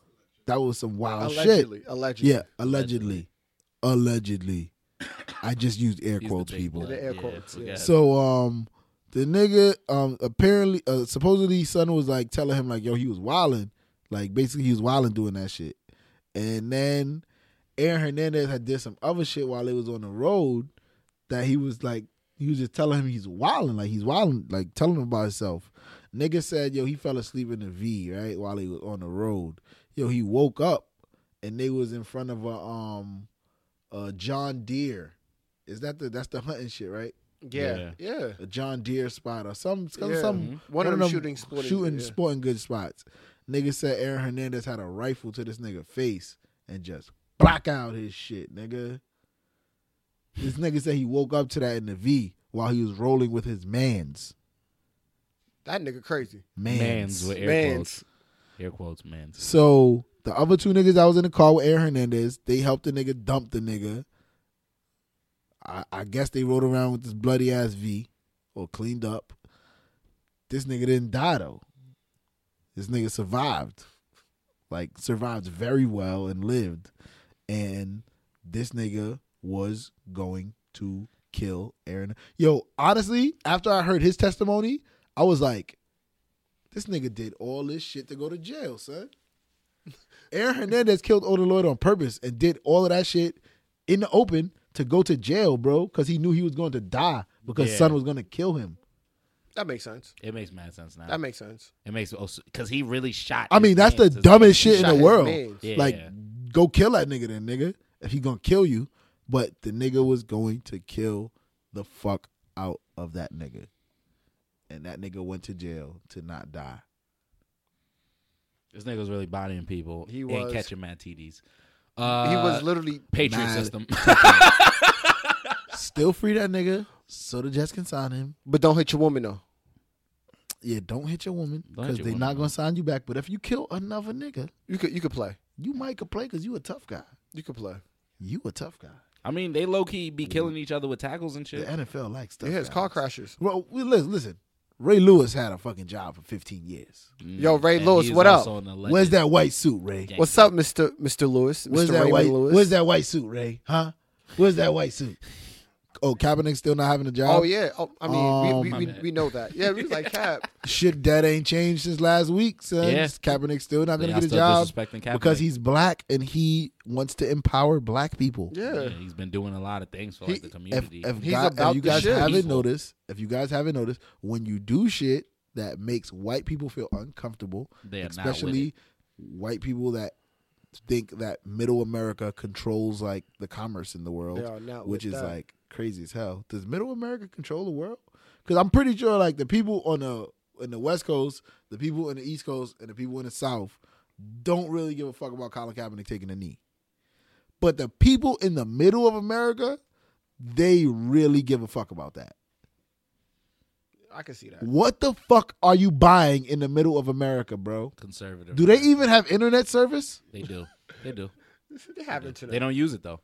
D: that was some wild Oh, shit."
C: allegedly, allegedly.
D: Yeah, allegedly. Allegedly. I just used air
B: Use the
D: quotes,
B: big
D: people.
B: word.
C: The air
B: Yeah,
C: quotes,
B: forget
C: yeah.
B: it.
D: So um the nigga um apparently uh, supposedly son was like telling him like yo he was wilding like basically he was wilding doing that shit and then Aaron Hernandez had did some other shit while they was on the road that he was like he was just telling him he's wilding like he's wilding like telling him about himself nigga said yo he fell asleep in the V right while he was on the road yo he woke up and they was in front of a um a John Deere is that the that's the hunting shit right
C: Yeah, yeah.
D: a John Deere spot or some some,
C: Yeah. Mm-hmm.
D: some
B: Mhm.
C: One, of them shooting sporting.
D: shooting
C: yeah.
D: sporting good spots. Nigga said Aaron Hernandez had a rifle to this nigga face and just black out his shit, nigga. This nigga said he woke up to that in the V while he was rolling with his mans.
C: That nigga crazy.
D: Mans.
B: Mans with air
C: Mans.
B: quotes. Air quotes, mans.
D: So the other two niggas that was in the car with Aaron Hernandez, they helped the nigga dump the nigga. I, I guess they rode around with this bloody ass V or cleaned up. This nigga didn't die though. This nigga survived. Like survived very well and lived. And this nigga was going to kill Aaron. Yo, honestly, after I heard his testimony, I was like, this nigga did all this shit to go to jail, son. Aaron Hernandez killed Older Lloyd on purpose and did all of that shit in the open to go to jail, bro, because he knew he was going to die because
B: Yeah.
D: son was going to kill him.
C: That makes sense.
B: It makes mad sense now.
C: That makes sense.
B: it makes because he really shot.
D: I mean,
B: his
D: that's the
B: mans. It's-
D: dumbest shit
C: Shot
D: in
C: his
D: the world.
C: mans.
B: Yeah.
D: Like, go kill that nigga then, nigga, if he going to kill you. But the nigga was going to kill the fuck out of that nigga. And that nigga went to jail to not die.
B: This nigga was really bodying people.
C: He
B: He was
C: was.
B: catching mad TDs. Uh,
C: he was literally
B: Patriot
D: mad.
B: system.
D: Still free that nigga. So the Jets can sign him.
C: But don't hit your woman though.
D: Yeah, don't hit your woman
B: Don't hit
D: because
B: your
D: they're
B: woman,
D: not
B: no.
D: gonna sign you back. But if you kill another nigga,
C: You could you could play.
D: you might could play because you a tough guy.
C: You could play.
D: You a tough guy.
B: I mean, they low key be killing each other with tackles and
D: The
B: shit.
D: NFL likes tough.
C: Yeah, it's car
D: guys.
C: crashers.
D: Well, we- listen, listen. Ray Lewis had a fucking job for 15 years.
B: Mm.
C: Yo, Ray
B: And
C: Lewis,
B: he's
C: what up?
B: also an alleged
D: Where's that white suit, Ray?
B: gangster.
C: What's up, Mister Mister Lewis?
D: Where's
C: Mr.
D: that
C: Raymond
D: white?
C: Lewis?
D: Where's that white suit, Ray? Huh? Where's that white suit? Oh, Kaepernick still not having a job.
C: Oh yeah. Oh, I mean,
D: Um,
C: we,
B: My
C: we, we,
B: bad.
C: we know that. Yeah, we was like Cap.
D: Shit, that ain't changed since last week, son.
B: Yeah.
D: Kaepernick still not
B: They
D: gonna
B: are
D: get a
B: still
D: job
B: disrespecting Kaepernick.
D: because he's black and he wants to empower black people.
B: Yeah,
C: Yeah.
B: he's been doing a lot of things for
C: He-
B: like the
C: if-
D: if,
B: community.
D: if,
C: He's
D: God- if
C: about
D: you
C: the
D: guys
C: shit.
D: haven't
B: People.
D: noticed, if you guys haven't noticed, when you do shit that makes white people feel uncomfortable,
B: They are not with
D: especially white people that think that middle America controls like the commerce in the world,
C: They are not
D: which
C: with
D: is
C: that.
D: like crazy as hell. Does middle America control the world? Because I'm pretty sure like the people on the in the West Coast, the people in the East Coast, and the people in the South don't really give a fuck about Colin Kaepernick taking a knee. But the people in the middle of America, they really give a fuck about that.
C: I can see that.
D: What the fuck are you buying in the middle of America, bro?
B: conservative.
D: Do they even have internet service?
B: They do. They do.
C: They have internet.
B: They don't use it though.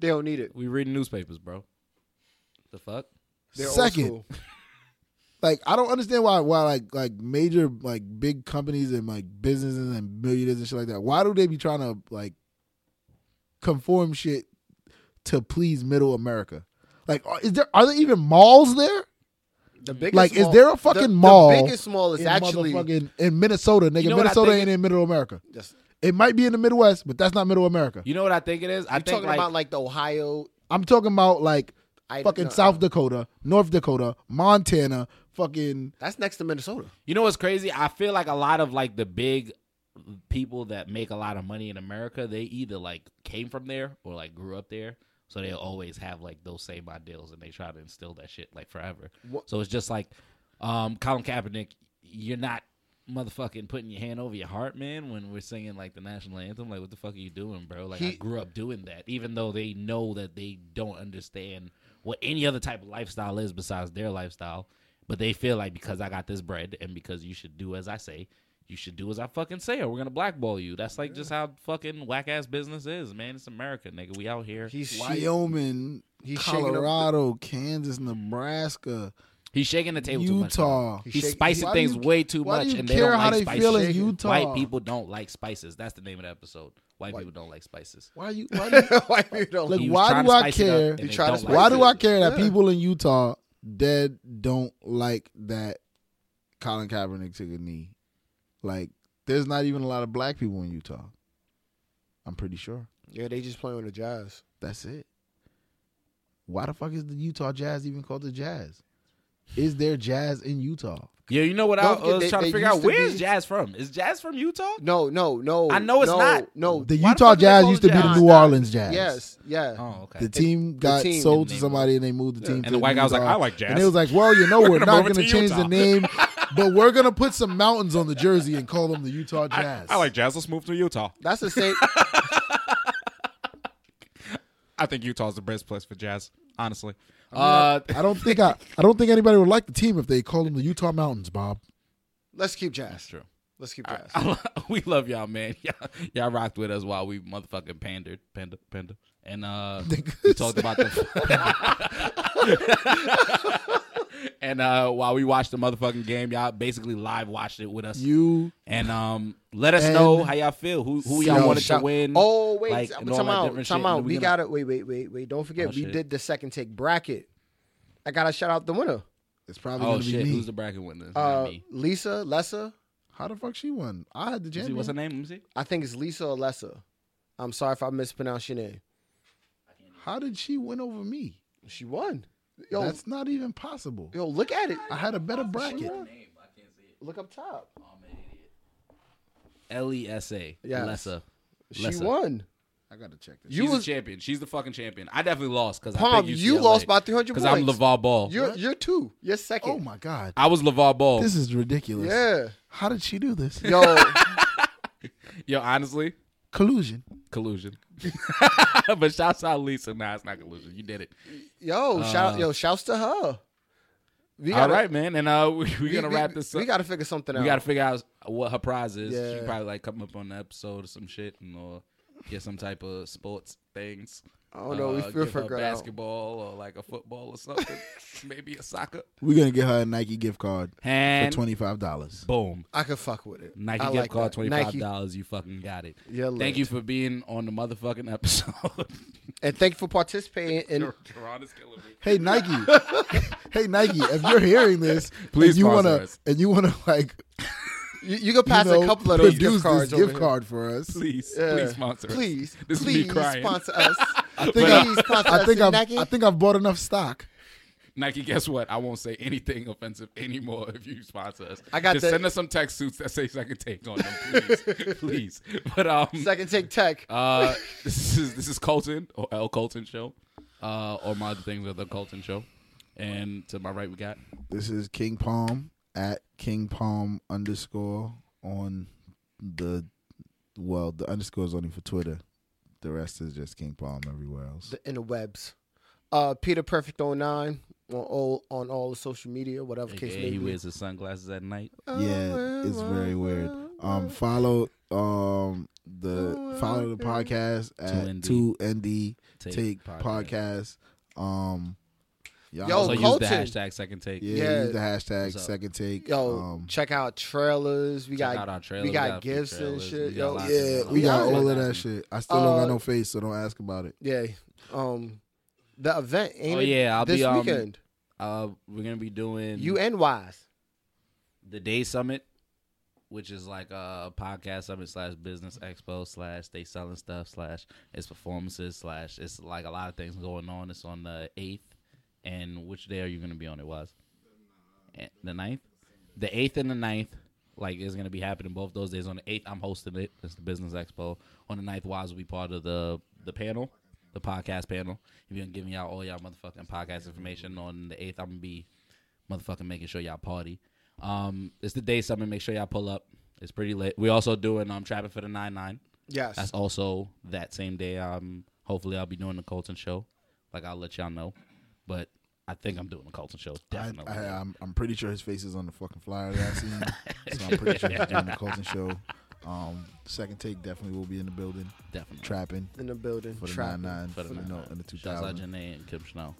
C: They don't need it.
B: We reading newspapers, bro. The fuck?
C: They're old
D: Second,
C: school.
D: like I don't understand why why like like major like big companies and like businesses and millionaires and shit like that. Why do they be trying to like conform shit to please middle America? Like are- is there are there even malls there?
C: The biggest
D: like, is
C: mall-
D: there a
C: the-
D: fucking mall
C: The biggest mall is
D: in
C: actually.
D: motherfucking- in Minnesota, nigga.
B: You know what I
D: Minnesota
B: think
D: ain't in middle America.
C: Just,
D: It might be in the Midwest, but that's not middle America.
B: You know what I think it is? I
C: you're
B: think
C: talking
B: like,
C: about like the Ohio.
D: I'm talking about like
C: I-
D: fucking
C: no,
D: South Dakota, North Dakota, Montana, fucking
C: That's next to Minnesota.
B: You know what's crazy? I feel like a lot of like the big people that make a lot of money in America, they either like came from there or like grew up there. So they always have like those same ideals and they try to instill that shit like forever.
C: What-
B: So it's just like um Colin Kaepernick, you're not motherfucking putting your hand over your heart, man, when we're singing like the national anthem. Like what the fuck are you doing, bro? Like I
C: He-
B: grew up doing that, even though they know that they don't understand what any other type of lifestyle is besides their lifestyle. But they feel like because I got this bread and because you should do as I say, you should do as I fucking say, or we're gonna blackball you. That's like just how fucking whack ass business is, man. It's America, nigga. We out here.
C: He's
D: Wyoming,
C: He's shaking up the-
D: Colorado, Kansas, Nebraska,
B: He's shaking the table too much.
D: Utah.
C: He's
B: He's
C: shaking-
B: spicing
D: Why do
B: things
D: you-
B: way too
D: why do
B: much,
D: you
B: and they
D: care
B: don't
D: how
B: like
D: they
B: spices.
D: feel in
B: Shaking.
D: Utah?
B: White people don't like spices. That's the name of the episode. White people don't like spices.
D: Why you? Why do you
C: Why you don't?
D: Look,
B: He was
D: why
B: trying
D: do
B: to
D: I
B: spice it up,
D: care?
B: and
C: You
B: they
C: try to
B: don't
C: spice
B: like
D: Why
B: it.
D: do I care that
C: Yeah.
D: people in Utah dead don't like that Colin Kaepernick took a knee? Like, there's not even a lot of black people in Utah. I'm pretty sure.
C: yeah, they just playing with the Jazz.
D: That's it. Why the fuck is the Utah Jazz even called the Jazz? Is there jazz in Utah?
B: Yeah, you know what?
C: Don't
B: I
C: forget
B: was
C: they-
B: trying
C: they
B: to figure out
C: used to
B: where's
C: be-
B: Jazz from? Is Jazz from Utah?
C: No, no, no.
B: I know it's
C: no,
B: not.
C: No.
D: The
B: Oh, Why the
D: Utah
B: fuck do they
D: Jazz
B: call
D: used to
B: it
D: be the
B: jazz?
D: New Orleans Jazz.
C: Yes. Yeah.
B: Oh, okay.
D: The team got
C: team.
D: sold to
B: Name.
D: somebody and they moved the team.
B: and
D: to
B: the white guy was like,
D: Utah.
B: "I like jazz."
D: And it was like, well, you know, we're,
B: gonna
D: not
B: move it
D: going to
B: to
D: change
B: Utah."
D: the name, but we're going to put some mountains on the jersey and call them the Utah Jazz.
B: jazz. Let's move to Utah.
C: That's the same.
B: I think Utah's the best place for jazz, honestly. Uh,
D: I don't think I, I don't think anybody would like the team if they called them the Utah Mountains, Bob.
C: Let's keep
B: that's
C: Jazz.
B: true.
C: Let's keep Jazz.
B: we love y'all, man. Y'all, y'all rocked with us while we motherfucking pandered, panda, panda, and uh, we talked about the. and uh, while we watched the motherfucking game, y'all basically live watched it with us.
D: You
B: and um, let us
D: And-
B: know how y'all feel. Who who
D: Yo,
B: y'all wanted to
C: shout-
B: win?
C: Oh wait,
B: like,
C: time
B: and all that
C: out,
B: different
C: time
B: shit,
C: out.
B: and
C: We
B: we gonna-
C: gotta wait, wait, wait, wait. Don't forget,
B: Oh,
C: we
B: shit.
C: did the second take bracket. I gotta shout out the winner.
D: it's probably
B: oh
D: gonna
B: shit!
D: be me.
B: Who's the bracket winner? It's not
C: Uh,
B: me.
C: Lisa Lessa.
D: How the fuck she won? I had the
B: Let me see,
D: champion.
B: What's her name? Let me see.
C: I think it's Lisa or Lessa. I'm sorry if I mispronounced your name.
D: How did she win over me?
C: She won. Yo,
D: That's not even possible.
C: yo, look at it.
D: I had a better bracket.
C: Look up top.
B: L E S A.
C: Yes.
B: Lessa.
C: She
B: Lessa.
C: won.
D: I gotta check this.
C: You
B: She's
C: was
B: a champion. She's the fucking champion. I definitely lost because I
C: Palm.
B: picked
C: You lost by 300
B: because
C: points.
B: I'm LeVar Ball.
C: You're you're two. You're second.
D: Oh my god,
B: I was LeVar Ball.
D: this is ridiculous.
C: Yeah.
D: How did she do this?
C: Yo,
B: Yo, honestly,
D: Collusion.
B: collusion. but shouts out Lisa. Nah, it's not collusion. You did it.
C: yo, shout, yo, shouts to her. We
B: Uh, All right, man. And uh, we, we're gonna
C: we-
B: wrap this up.
C: We gotta figure something out.
B: We got to figure out what her prize is. She
C: Yeah.
B: could probably like come up on the episode or some shit, and or get some type of sports things.
C: I don't know. We
B: Uh,
C: feel
B: give her
C: figure it out.
B: basketball or like a football or something, maybe a soccer.
D: We're gonna get her a Nike gift card
B: And
D: for twenty five dollars.
B: boom,
C: I could fuck with it.
B: Nike
C: I
B: gift
C: like
B: card
C: that.
B: twenty five
C: Nike.
B: dollars. You fucking got it.
C: Yeah,
B: Thank
C: lit.
B: you for being on the motherfucking episode.
C: And thank you for participating. In,
B: Teron is killing me.
D: Hey Nike, hey Nike, if you're hearing this,
B: Please
D: and you
B: sponsor
D: wanna
B: us.
D: and you wanna like
C: you, you could pass
D: you know,
C: a couple of those
D: produce
C: gift cards.
D: this
C: over
D: gift
C: here.
D: card for us.
B: Please,
C: Yeah.
B: please sponsor. us.
C: Please,
B: This is me
C: please
B: crying.
C: sponsor us.
D: I think
C: please
D: I,
C: sponsor
D: I
C: us,
D: think I've,
C: Nike.
D: I think I've bought enough stock.
B: Nike, guess what? I won't say anything offensive anymore if you sponsor us.
C: I got
B: Just
C: the-
B: send us some tech suits that say second take on them, please, please. But um,
C: Second take tech.
B: uh, this is this is Colton or L Colton show, uh, or my other things are the Colton show. And to my right, we got
D: This is King Palm at King Palm underscore on the well, the underscore is only for Twitter. The rest is just King Palm everywhere else.
C: the interwebs. Uh, Peter Perfect 09 on all on all the social media, whatever
B: AKA,
C: case may
B: he
C: be.
B: wears his sunglasses at night.
D: yeah, it's very weird. Um, follow um the follow the podcast at
B: 2ND
D: two ND
B: Take
D: Take
B: Podcast.
D: Podcast. Um, y'all
B: Also
C: Yo,
D: also-
B: use the
C: Oh, Colton.
B: hashtag second take.
D: yeah,
C: yeah.
D: use the hashtag
B: What's up?
D: Second Take.
C: Yo,
D: um,
C: check out trailers. We
B: Check
C: got
B: out uh, our trailer.
C: we got
B: a few
C: gifts and
B: trailers.
C: shit,
B: We
C: yo.
B: got a lot of
D: yeah,
B: things.
D: we got
C: Yeah.
D: all of that shit. I still don't
C: Uh,
D: got no face, so don't ask about it.
C: yeah. Um, the event ain't
B: Oh,
C: it
B: yeah, I'll
C: this
B: be, um,
C: weekend.
B: Uh, we're gonna be doing
C: You and Wise.
B: the Day Summit, which is like a podcast summit slash business expo slash they selling stuff slash it's performances slash it's like a lot of things going on. It's on the eighth, and which day are you going to be on? It was Eh, the 9th? the eighth and the 9th. Like is gonna be happening both those days. On the eighth, I'm hosting it. It's the business expo. On the 9th, Wise will be part of the the panel, the podcast panel. If you're gonna give me out all y'all motherfucking podcast information on the eighth, I'm gonna be motherfucking making sure y'all party. Um, it's the day summit. Make sure y'all pull up. It's pretty lit. We also doing um trapping for the nine nine.
C: Yes.
B: That's also that same day. Um, hopefully I'll be doing the Colton show. Like I'll let y'all know. But I think I'm doing a Colton show.
D: I,
B: Definitely.
D: I, uh, I'm, I'm pretty sure his face is on the fucking flyer that I seen. so I'm pretty sure he's doing the Colton show. Um, second take definitely will be in the building,
B: definitely.
D: trapping
C: in the building.
D: for the
C: Trap.
D: nine nine
B: For
D: for
B: the
D: the
B: 9-9.
D: no in the two
B: Shouts out
D: thousand.
B: Janae and Kim Snow.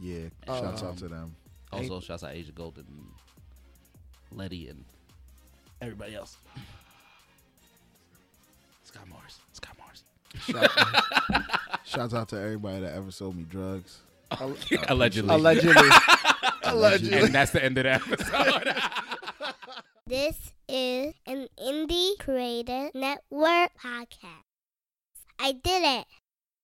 D: Yeah,
C: Oh.
D: shouts out to them.
B: Also, shouts out Asia Golden, and Letty, and everybody else. Scott Morris. Scott Morris.
D: Shout, shouts out to everybody that ever sold me drugs.
B: Allegedly.
C: Allegedly.
B: And that's the end of that episode.
A: This is an indie created network podcast. I did it.